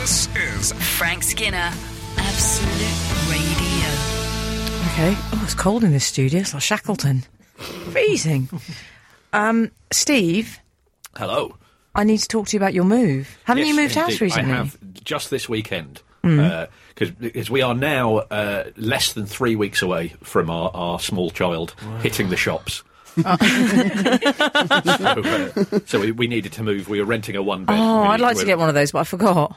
E: This is
A: Frank Skinner, Absolute Radio.
B: Okay. Oh, it's cold in this studio. It's like Shackleton. Freezing. Um, Steve,
C: Hello.
B: I need to talk to you about your move. Haven't
C: Yes,
B: you moved house
C: indeed.
B: recently? Mm.
C: I have just this weekend. uh, Because we are now uh, less than three weeks away from our, our small child hitting
B: [LAUGHS]
C: the shops. so uh, so we, we needed to move. We were renting a one bed.
B: Oh, I'd like to get one of those, but I forgot.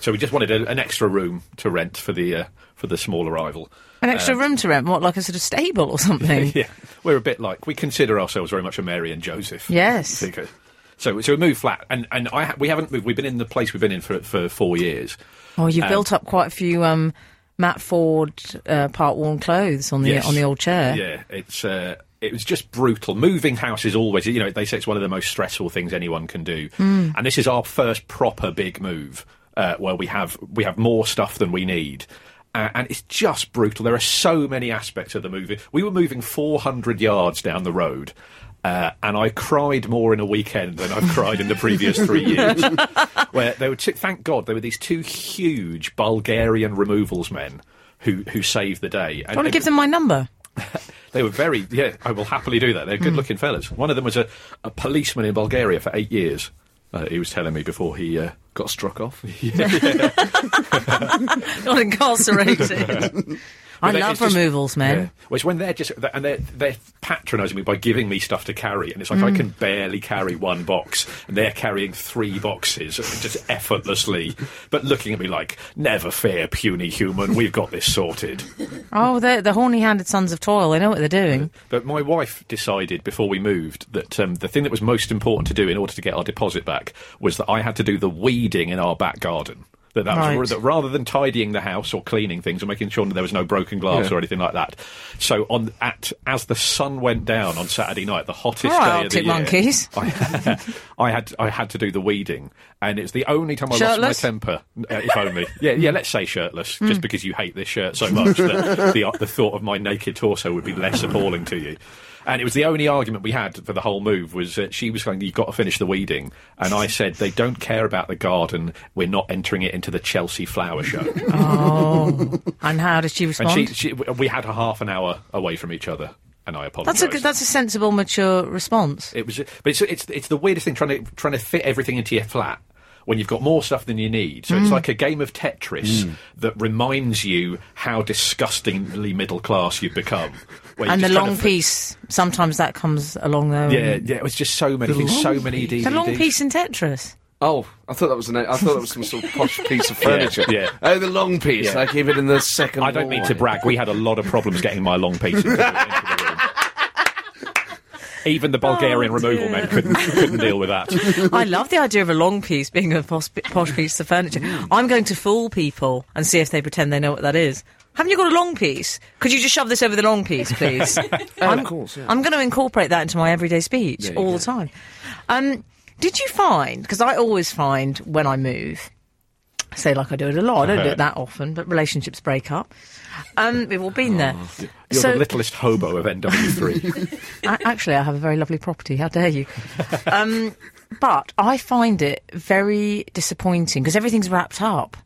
C: So we just wanted a, an extra room to rent for the uh, for the small
B: [LAUGHS]
C: arrival.
B: An extra room to rent, what, like a sort of stable or something?
C: Uh, [LAUGHS] Yeah, we're a bit like we consider ourselves very much a Mary and Joseph.
B: Yes.
C: Because- so so we moved flat, and and I ha- we haven't moved. We've been in the place we've been in for for four years.
B: Oh, you've
C: Um,
B: built up quite a few um, Matt Ford uh, part-worn clothes on the
C: Yes.
B: on the old chair.
C: Yeah, it's uh, it was just brutal. Moving house is always, you know, they say it's one of the most stressful things anyone can do,
B: Hmm.
C: and this is our first proper big move uh, where we have we have more stuff than we need. Uh, and it's just brutal. There are so many aspects of the movie. We were moving 400 yards down the road, uh, and I cried more in a weekend than I've cried in the previous
B: [LAUGHS]
C: three years. Where they were, t- thank God, there were these two huge Bulgarian removals men who who saved the day.
B: Do you want to give them my number? [LAUGHS]
C: They were very, yeah, I will happily do that. They're
B: Hmm.
C: good looking fellas. One of them was a, a policeman in Bulgaria for eight years. Uh, he was telling me before he. Uh,
D: got
B: [LAUGHS]
D: struck off.
B: Not incarcerated.
C: [LAUGHS]
B: I
C: but
B: love
C: it's just-
B: removals, man.
C: Yeah. Well, it's when they're just they're- and they're they're patronising me by giving me stuff to carry, and it's like I
B: Hmm.
C: can barely carry one box, and they're carrying three boxes uh, just effortlessly, but looking at me like, "Never fear, puny human, we've got this sorted."
B: Oh, they're the horny-handed sons of toil. They know what they're doing.
C: But my wife decided before we moved that um, the thing that was most important to do in order to get our deposit back was that I had to do the weeding in our back garden. That, that,
B: Right.
C: was, that rather than tidying the house or cleaning things or making sure that there was no broken glass
D: Yeah.
C: or anything like that. So on at as the sun went down on Saturday night, the hottest
B: All right,
C: day of the
B: Arctic
C: year,
B: monkeys.
C: I, [LAUGHS] I had I had to do the weeding, and it's the only time I
B: Shirtless? Hmm.
C: lost my temper. Uh, if only, yeah, yeah. Let's say shirtless, just because you hate this shirt so much that the the thought of my naked torso would be less appalling to you. And it was the only argument we had for the whole move was that she was going, "You've got to finish the weeding," and I said, "They don't care about the garden. We're not entering it into the Chelsea flower show."
B: [LAUGHS] Oh, and how did she
C: and
B: respond?
C: she, she, we had a half an hour away from each other. and I apologise.
B: That's a good, that's a sensible, mature response.
C: It was, but it's, it's it's the weirdest thing trying to trying to fit everything into your flat when you've got more stuff than you need.
B: Mm.
C: So it's like a game of Tetris that reminds you how disgustingly middle class you've become. where you're
B: and the
C: just trying to
B: long
C: fit-
B: piece, sometimes that comes along though.
C: Yeah, yeah, it was just so many things, so many DVDs.
B: The long piece in Tetris.
D: Oh, I thought that was an. I thought that was some sort of posh piece of furniture.
C: [LAUGHS] yeah.
D: Oh, the long piece.
C: Yeah.
D: Like even in the second.
C: I don't mean
D: ward.
C: to brag. We had a lot of problems getting my long piece. Into the, into the room. Even the Bulgarian
B: Oh,
C: removal
B: dear.
C: men couldn't couldn't deal
B: [LAUGHS]
C: with that.
B: I love the idea of a long piece being a pos- posh piece of furniture. I'm going to fool people and see if they pretend they know what that is. Haven't you got a long piece? Could you just shove this over the long piece, please? I'm, of course. I'm going to incorporate that into my everyday speech all the time. Um, did you find? Because I always find when I move, say like I do it a lot. I don't do it that often, but relationships break up. Um, we've all been there.
C: You're
B: so
C: the littlest hobo of NW3.
B: I, actually, I have a very lovely property. How dare you? Um, but I find it very disappointing because everything's wrapped up,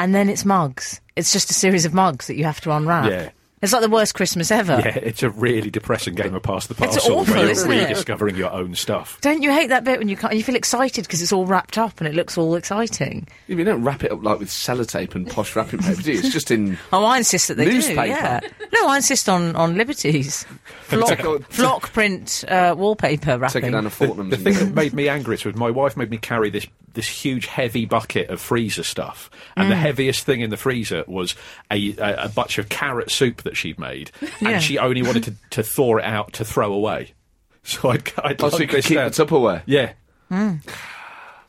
B: and then it's mugs. It's just a series of mugs that you have to unwrap.
C: Yeah.
B: It's like the worst Christmas ever.
C: yeah, it's a really depressing game of pass the parcel
B: awful,
C: where you're
B: isn't it?
C: rediscovering your own stuff.
B: Don't you hate that bit when you can't, you feel excited because it's all wrapped up and it looks all exciting?
D: You don't wrap it up like with sellotape and posh wrapping paper, do you? It's
C: [LAUGHS]
D: just in.
B: Oh, I insist that they
D: Newspaper.
B: do. Yeah. No, I insist on, on
D: [LAUGHS]
B: liberties. Flock, flock print uh, wallpaper wrapping.
D: Take it down to Fortnum's.
C: The
D: and-
C: thing that made me angry was my wife made me carry this this huge heavy bucket of freezer stuff, and
B: Mm.
C: the heaviest thing in the freezer was a, a, a bunch of carrot soup that she'd made,
B: Yeah.
C: and she only wanted to, to thaw it out to throw away. [LAUGHS] So I'd, I'd
D: Oh, so
C: lug
D: you could
C: this
D: keep
C: down.
D: the Tupperware.
C: Yeah.
B: Mm.
C: [SIGHS]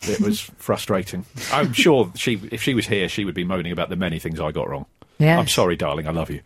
C: It was frustrating. I'm sure she, if she was here, she would be moaning about the many things I got wrong.
B: Yes.
C: I'm sorry, darling. I love you.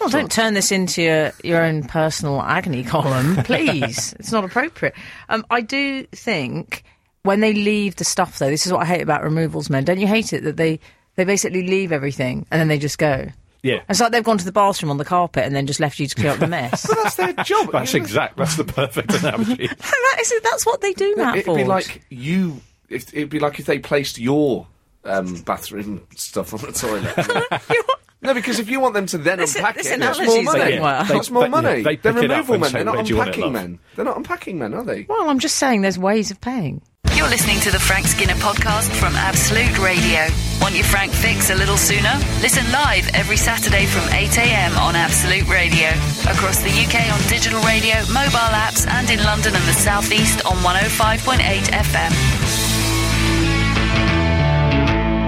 B: Well, Oh, don't turn this into your, your own personal agony column,
D: [LAUGHS]
B: please. it's not appropriate. Um, I do think when they leave the stuff, though, this is what I hate about removals men. Don't you hate it that they, they basically leave everything and then they just go?
C: Yeah.
B: It's like they've gone to the bathroom on the carpet and then just left you to clear up the
D: [LAUGHS]
B: mess. that
D: That's their
C: [LAUGHS]
D: job.
C: That's [LAUGHS] exact. That's the perfect analogy.
B: is, that's what they do, Matt.
D: It'd be
B: Ford.
D: like you. If, it'd be like if they placed your um, bathroom stuff on the
B: [LAUGHS]
D: toilet. no, because if you want them to then
B: This-
D: unpack
B: this
D: it, that's more
B: analogy's
D: money.
B: like, well-
D: That's more
C: They- they-
D: money.
C: they
D: they're
C: pick it up
D: removal
C: and
D: men.
C: say,
D: They're not
C: "Where do you want it,
D: unpacking
C: love?"
D: men. They're not unpacking men, are they?
B: well, I'm just saying there's ways of paying.
A: You're listening to the Frank Skinner podcast from Absolute Radio. Want your Frank fix a little sooner? Listen live every Saturday from 8 a.m. on Absolute Radio. Across the UK on digital radio, mobile apps, and in London and the South East on 105.8 FM.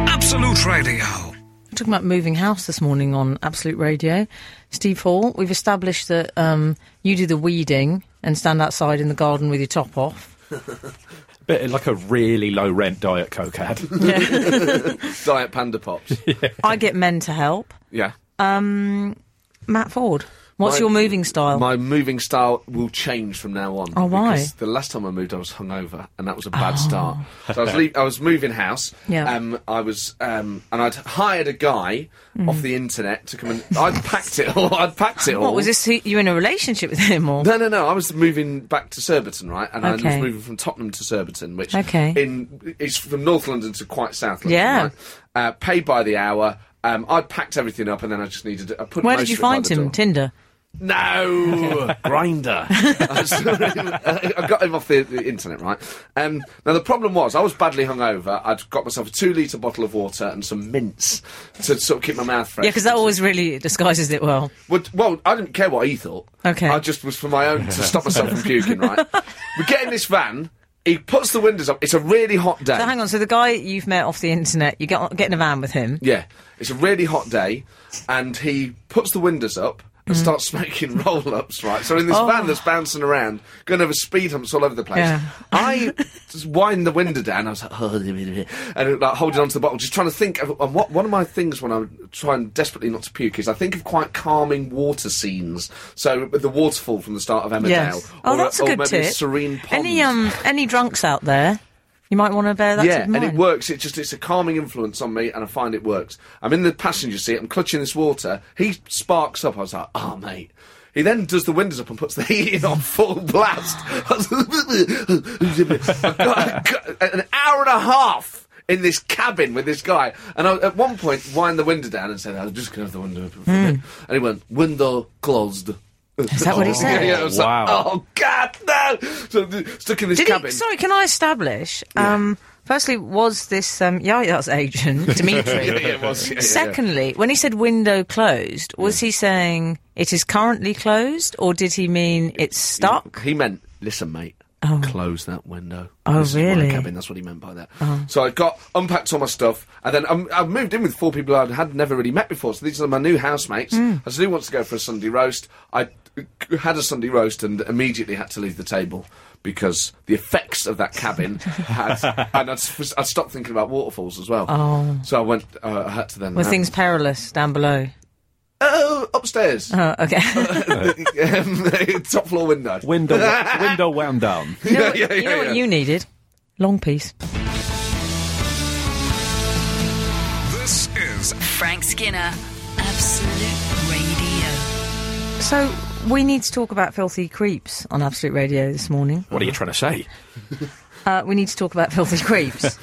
E: Absolute Radio.
B: We're talking about moving house this morning on Absolute Radio. Steve Hall, we've established that um, you do the weeding and stand outside in the garden with your top off.
C: Bit like a really low rent Diet Coke ad.
D: Diet
C: [LAUGHS]
D: Panda Pops.
B: I get men to help.
D: yeah.
B: Matt Ford, what's
D: My-
B: your moving style?
D: My moving style will change from now on.
B: Oh, why? Oh.
D: Because the last time I moved, I was hungover, and that was a bad start. So I was, leave- I was moving house.
B: Yeah.
D: Um, I was, um, and I'd hired a guy off the internet to come and I'd packed it all. I'd packed it all.
B: Mm. [LAUGHS] what was this? he- You in a relationship with him or?
D: No, no, no. I was moving back to Surbiton, right? And I
B: Okay.
D: was moving from Tottenham to Surbiton, which
B: Okay.
D: in is from North London to quite South London.
B: Yeah.
D: right? Uh, paid by the hour. Um, I'd packed everything up, and then I just needed. I put
B: Where
D: most
B: did you
D: of it by
B: find
D: the
B: him?
D: door.
B: Tinder.
D: [LAUGHS] No, grinder. I saw him- I got him off the, the internet, right? Um, now the problem was I was badly hungover. I'd got myself a two-liter bottle of water and some mints to sort of keep my mouth fresh.
B: Yeah, because that always really disguises it well.
D: Well, well, I didn't care what he thought.
B: Okay.
D: I just was for my own to stop myself from
B: [LAUGHS]
D: puking. Right. We get in this van. He puts the windows up. It's a really hot day.
B: So hang on. So the guy you've met off the internet, you get on- get in a van with him.
D: Yeah, it's a really hot day, and he puts the windows up
B: Mm.
D: and starts [LAUGHS] smoking roll ups, right? So in this van that's bouncing around, going over speed humps all over the place,
B: Oh. Yeah.
D: I just wind the window down. I was like, oh, and like holding onto the bottle, just trying to think. Of, and what one of my things when I'm trying desperately not to puke is I think of quite calming water scenes. So with the waterfall from the start of Emmerdale,
B: Yes. Oh,
D: or,
B: that's a
D: or
B: good
D: maybe
B: tip.
D: A serene pond.
B: Any um any drunks out there? You might want to bear that
D: Yeah,
B: in mind.
D: and it works. It just it's a calming influence on me, and I find it works. I'm in the passenger seat. I'm clutching this water. He sparks up. I was like, oh mate. He then does the windows up and puts the [LAUGHS] heating on full blast. [LAUGHS] I was I've got- I've got an hour and a half in this cabin with this guy, and I, at one point wind the window down and said, "I'm just going to have the window open." For a bit. And he went, "Window closed."
B: Hmm. Is that what he
D: [LAUGHS] Yeah,
B: said?
D: yeah, it was
C: Wow.
D: like, oh God, no! So, th- stuck in this
B: Did
D: cabin.
B: he? Sorry, can I establish? Um, Firstly, was this um, Yaya's
D: [LAUGHS]
B: agent Dimitri?
D: Yeah, it was. Yeah, yeah, yeah.
B: Secondly, when he said window closed, was he saying it is currently closed, or did he mean it's stuck?
D: Oh, He meant, listen, mate. Close that window.
B: Oh,
D: This is my
B: really? Oh.
D: cabin. That's what he meant by that. So I got unpacked all my stuff, and then um, I moved in with four people I had never really met before. So these are my new housemates.
B: Hmm.
D: I said, "Who wants to go for a Sunday roast?" I uh, had a Sunday roast and immediately had to leave the table because the effects of that cabin had,
B: [LAUGHS]
D: and I, s- I stopped thinking about waterfalls as well.
B: Oh.
D: So I went. Uh, I had to then.
B: Were
D: um,
B: things perilous down below?
D: Oh, upstairs.
B: Oh, okay.
D: Um, [LAUGHS] top floor window.
C: Window, window wound down.
B: You know, what-
D: Yeah, yeah,
B: you know
D: yeah.
B: what you needed? Long piece.
E: This is
A: Frank Skinner, Absolute Radio.
B: So we need to talk about filthy creeps on Absolute Radio this morning.
C: What are you trying to say?
B: Uh, we need to talk about filthy
D: [LAUGHS]
B: creeps.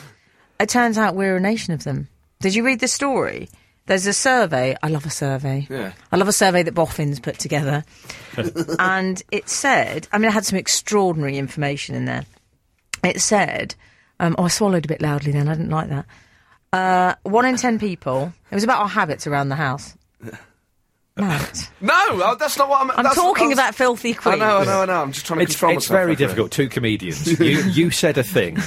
B: it turns out we're a nation of them. Did you read the story? There's a survey. I love a survey.
D: Yeah.
B: I love a survey that Boffin's put
C: [LAUGHS]
B: together. and it said, I mean, it had some extraordinary information in there. It said, um, oh, I swallowed a bit loudly then. I didn't like that. Uh, one in ten people. It was about our habits around the house. Matt.
D: No, uh, that's not what I'm.
B: I'm
D: that's-
B: talking
D: that's-
B: about filthy
D: I
B: creeps.
D: know, I know, I know. I'm just trying to
C: It's,
D: control
C: it's
D: myself.
C: very
D: after it.
C: difficult. Two comedians. You, you said a thing.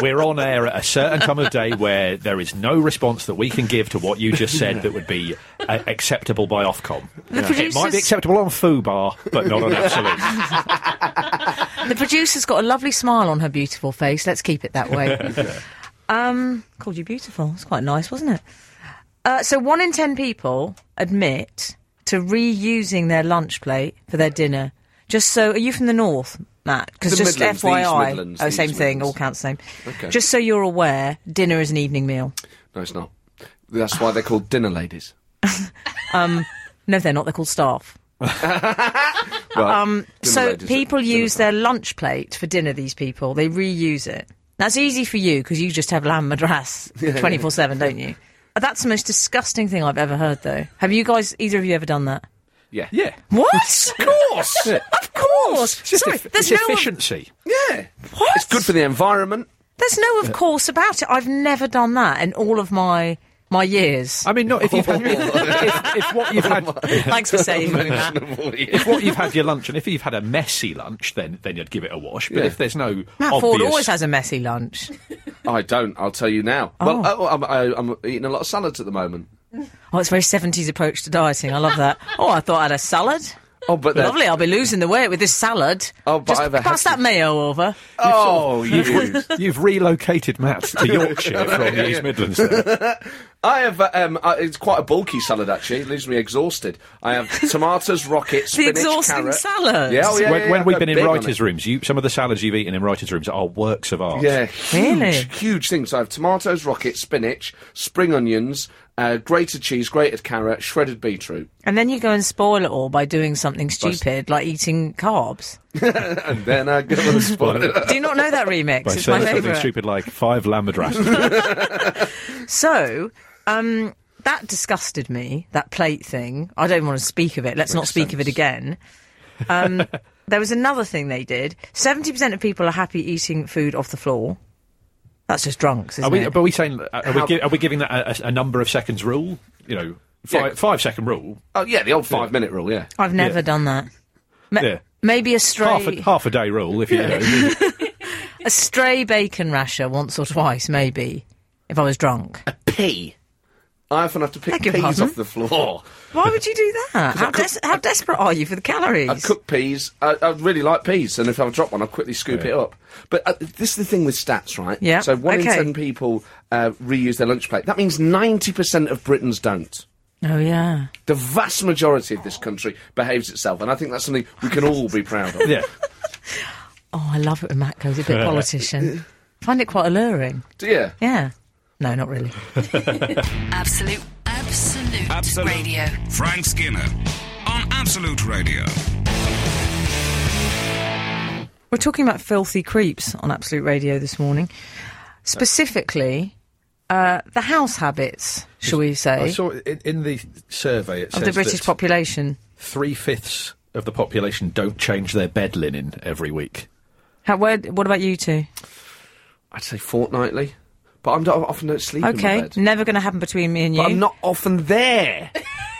C: We're on air at a certain time of day where there is no response that we can give to what you just said that would be uh, acceptable by Ofcom. It might be
B: producers-
C: acceptable on Fubar, but not on
B: [LAUGHS]
C: Absolute.
B: The producer's got a lovely smile on her beautiful face. Let's keep it that
D: [LAUGHS]
B: way. um, called you beautiful. It's quite nice, wasn't it? Uh, so one in ten people admit to reusing their lunch plate for their dinner. Just so, are you from the north, Matt? Because
D: The
B: just
D: Midlands, the East
B: FYI,
D: Midlands,
B: oh,
D: the
B: same
D: East
B: thing, all
D: Midlands.
B: counts the same.
D: Okay.
B: Just so you're aware, dinner is an evening meal.
D: No, it's not. That's why they're called dinner ladies.
B: No, they're not. They're called staff.
D: Right. Um,
B: So people use their lunch plate for dinner. These people they reuse it. That's easy for you because you just have lamb madras twenty four seven, don't you? Uh, That's the most disgusting thing I've ever heard, though. Have you guys, either of you, ever done that?
D: Yeah.
C: Yeah.
B: What? of course, [LAUGHS] of course.
C: It's just
B: Sorry,
C: eff-
B: there's
C: it's
B: no.
C: efficiency.
D: Yeah.
B: What?
D: It's good for
C: [LAUGHS]
D: the environment.
B: There's no, of course, about it. I've never done that in all of my my
C: [LAUGHS]
B: years.
C: I mean, not if
B: [LAUGHS]
C: you've had if, if what you've
B: Oh
C: had.
B: Thanks for saying that.
D: Mentionable, yeah.
C: If what you've had your lunch, and if you've had a messy lunch, then then you'd give it a wash. But
D: Yeah.
C: if there's no
B: Matt
C: obvious,
B: Ford always has a messy lunch.
D: I don't. I'll tell you now. Well, oh, I'm, I, I'm eating a lot of salads at the moment.
B: Oh, it's very 70s approach to dieting. I love that. Oh, I thought I had a salad.
D: Oh, but they're-
B: Lovely, I'll be losing the weight with this salad.
D: Oh, but
B: Just
D: I've had
B: pass
D: to-
B: that mayo over. [LAUGHS]
D: Oh, you.
C: [LAUGHS] You've relocated Matt
D: [LAUGHS]
C: to Yorkshire from the East Midlands. There.
D: I have. uh, Um, uh, it's quite a bulky salad actually. It leaves me exhausted. I have
B: [LAUGHS]
D: tomatoes, rocket, spinach,
B: exhausting
D: carrot.
B: salad.
D: Yeah, oh, yeah,
C: when
D: yeah,
C: when
D: I
C: we've
D: go
C: been in
D: big on it.
C: writers' rooms, you, some of the salads you've eaten in writers' rooms are works of art.
D: Yeah, huge,
B: Really?
D: huge things. I have tomatoes, rocket, spinach, spring onions, uh, grated cheese, grated carrot, shredded beetroot.
B: And then you go and spoil it all by doing something stupid like eating carbs.
D: And then I go and spoil it.
B: Do you not know that remix?
C: By
B: it's my
C: saying something
B: favourite.
C: stupid like five
D: [LAUGHS]
C: lamadras.
B: So, um, that disgusted me, that plate thing. I don't want to speak of it. Let's not speak of it
D: sense.
B: again.
C: [LAUGHS]
B: Um, there was another thing they did. 70% of people are happy eating food off the floor. That's just drunks,
C: are
B: isn't
C: we?
B: it?
C: Are we saying? Are we,
D: How-
C: gi- are we giving that a, a- a number of seconds rule? You know, five,
D: Yeah.
C: five second rule.
D: Oh yeah, the old five minute rule. Yeah,
B: I've never done that. Ma-
C: Yeah.
B: Maybe a stray,
C: Half a, half a day rule, if you know.
B: a stray bacon rasher once or twice, maybe, if I was drunk.
D: pee. I often have to pick
B: Beg your
D: peas
B: pardon?
D: off the floor.
B: Why would you do that? How, des- how desperate are you for the calories?
D: I cook peas. I, I really like peas, and if I drop one, I quickly scoop it up. But uh, this is the thing with stats, right?
B: Yeah,
D: So one
B: okay.
D: in ten people uh, reuse their lunch plate. That means ninety percent of Britons don't.
B: oh, yeah.
D: The vast majority of this country behaves itself, and I think that's something we can all be proud
C: [LAUGHS]
D: of.
C: yeah.
B: Oh, I love it when Matt goes a bit politician. I find it quite alluring.
D: Yeah.
B: Yeah. No, not really.
A: Absolute, Absolute,
E: Absolute.
A: Radio.
E: Frank Skinner on Absolute Radio.
B: We're talking about filthy creeps on Absolute Radio this morning. Specifically, uh, the house habits, shall we
C: I
B: say,
C: saw in, in the survey it
B: of
C: says
B: the British
C: that
B: population.
C: three fifths of the population don't change their bed linen every week.
B: How, where, what about you two?
D: I'd say fortnightly, but I'm not often don't sleep in
B: Okay,
D: my bed.
B: never going to happen between me and you.
D: But I'm not often there.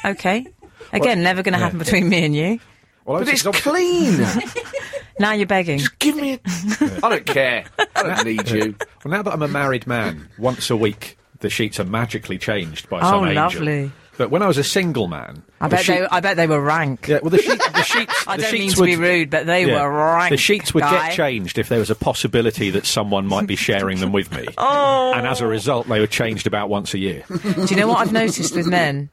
B: Okay. Again, never going to happen between me and you.
C: Well, I was-
D: But it's
C: obviously-
D: clean.
C: [LAUGHS]
B: Now you're begging.
D: Give me. I I don't care. I don't need you.
C: Well, now that I'm a married man, once a week the sheets are magically changed by
B: Oh,
C: some angel.
B: lovely.
C: But when I was a single man,
B: I
C: the
B: bet
C: sheet-
B: they. I bet they were rank.
C: Yeah, well, the, sheet,
B: [LAUGHS]
C: the sheets.
B: I
C: the
B: don't mean
C: sheets
B: to be
C: would-
B: rude, but they
C: yeah.
B: were rank.
C: The sheets would
B: guy.
C: get changed if there was a possibility that someone might be sharing them
B: [LAUGHS]
C: with me. oh. And as a result, they were changed about once a year.
B: Do you know
C: [LAUGHS]
B: what I've noticed with men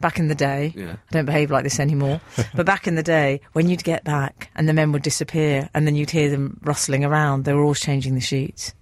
B: back in the day? I don't behave like this
C: [LAUGHS]
B: anymore. But back in the day, when you'd get back and the men would disappear, and then you'd hear them rustling around, they were always changing the sheets.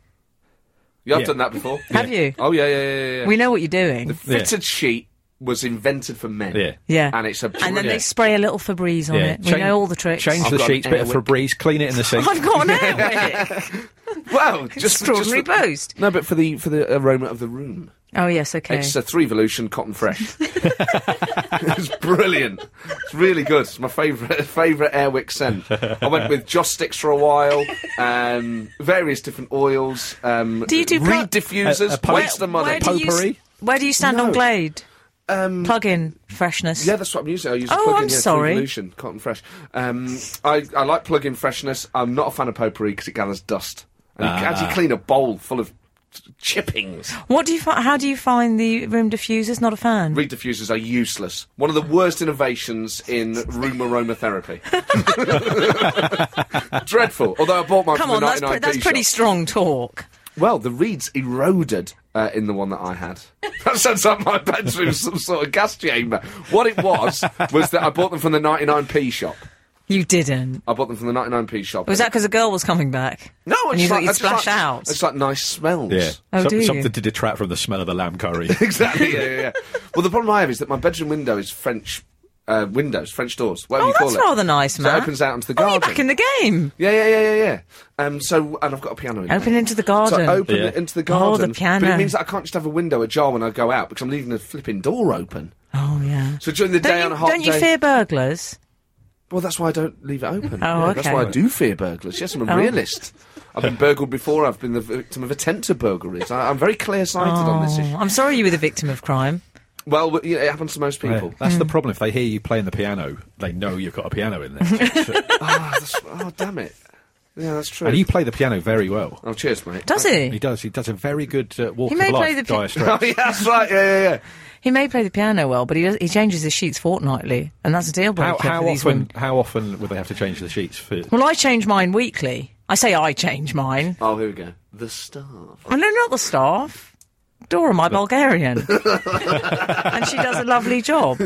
D: Yeah, I've
C: Yeah.
D: done that before.
B: Have you?
D: Oh yeah, yeah, yeah, yeah. yeah.
B: We know what you're doing.
D: Fitted sheet was invented for men.
C: Yeah.
B: yeah.
D: And it's a
B: And then
D: brilliant-
B: they spray a little Febreze on
C: Yeah.
B: it. We know all the tricks.
C: Change
D: I've
C: the
D: got an
C: sheets, bit of
D: air wick.
C: Febreze, clean it in the sink.
B: [LAUGHS] I've got an air with it.
D: Well, just
B: Extraordinary
D: just for-
B: boast.
D: No, but for the for the aroma of the room.
B: Oh yes, okay.
D: It's a three evolution
B: [LAUGHS]
D: cotton fresh. [LAUGHS] it's brilliant. It's really good. It's my favourite favourite Airwick scent. I went with Joss sticks for a while, um, various different oils. Um,
B: Do you do pla-
D: reed diffusers?
C: A- a pipe-
D: waste of money.
B: where do you s-
C: Potpourri?
B: where do you stand on
D: No.
B: Glade?
C: Um,
B: Plug-in freshness.
D: Yeah, that's what I'm using. I use
B: Oh,
D: a plug-in
B: I'm
D: yeah,
B: sorry.
D: Evolution, cotton fresh. Um, I, I like plug-in freshness. I'm not a fan of potpourri because it gathers dust. And you, how do you clean a bowl full of chippings?
B: What do you? Fi- how do you find the room diffusers? Not a fan.
D: Reed diffusers are useless. One of the worst innovations in room aromatherapy. Dreadful. Although I bought mine
B: Come
D: from
B: on,
D: the
B: that's,
D: 99p
B: pre- that's pretty
D: shop.
B: strong talk.
D: Well, the reeds eroded uh, in the one that
B: [LAUGHS]
D: I had. That sounds like my bedroom, some sort of gas chamber. What it was was that I bought them from the 99p shop.
B: You didn't.
D: I bought them from the 99p shop.
B: Was that because a girl was coming back?
D: No, it's
B: and you
D: like,
B: thought you'd
D: it's like-
B: splash out.
D: It's like nice smells.
C: Yeah.
B: Oh,
C: Some-
B: do you?
C: Something to detract from the smell of the lamb
B: [LAUGHS]
C: curry.
D: [LAUGHS] exactly. Yeah, yeah, yeah. well, the problem I have is that my bedroom window is French uh, windows, French doors, whatever
B: oh,
D: you call
B: that's
D: it.
B: rather nice,
D: So
B: man.
D: it opens out into the
B: Oh, you're
D: garden.
B: back in the game.
D: Yeah, yeah, yeah, yeah, yeah. Um, so, and I've got a piano. in
B: Open
D: there.
B: into the Oh, garden.
D: So I open
C: Yeah.
D: it into the
B: Oh, the
D: garden. But
B: piano.
D: it means that I can't just have a window ajar when I go out because I'm leaving the flipping door open.
B: Oh yeah.
D: So during the
B: Don't
D: day
B: you,
D: on a hot
B: don't you
D: day-
B: fear burglars?
D: Well, that's why I don't leave it
B: [LAUGHS]
D: open.
B: Oh,
D: Yeah, That's
B: okay.
D: why I do fear burglars. Yes, I'm a
B: Oh.
D: realist. I've been burgled before. I've been the victim of attempts at burglaries. I, I'm very clear-sighted on this issue.
B: Oh, I'm sorry you were the victim of crime.
D: Well, w- you know, it happens to most people.
C: That's
B: Mm.
C: the problem. If they hear you playing the piano, they know you've got a piano in there. [LAUGHS]
D: Ah, that's- oh, damn it. Yeah, that's true.
C: and you play the piano very well.
D: Oh, cheers, mate.
B: Does he?
C: He does. He does a very good uh, walk
B: He
C: of
B: may play
C: life.
B: the pi-
C: Dire
B: [LAUGHS]
C: Straits.
D: Oh, [LAUGHS] yeah, that's right. Yeah, yeah, yeah.
B: He may play the piano well, but he does, he changes his sheets fortnightly, and that's a deal breaker.
C: How, how
B: for these
C: often?
B: women.
C: How often would they have to change the sheets for?
B: Well, I change mine weekly. I say I change mine.
D: Oh, here we go. The staff.
B: I know not the staff. Dora, my
D: [LAUGHS]
B: Bulgarian, and she does a lovely job.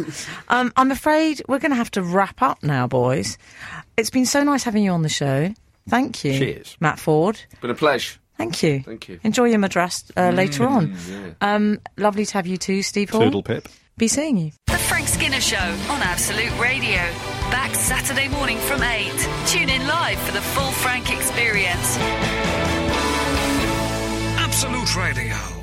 B: Um, I'm afraid we're going to have to wrap up now, boys. It's been so nice having you on the show. Thank you,
C: Cheers.
B: Matt Ford.
D: Been a pleasure.
B: Thank you.
D: Thank you. Mm,
B: Enjoy your madras uh, later on. Um, lovely to have you too, Steve Hall.
C: Doodle pip.
B: Be seeing you.
A: The Frank Skinner Show on Absolute Radio. Back Saturday morning from 8. Tune in live for the full Frank experience.
E: Absolute Radio.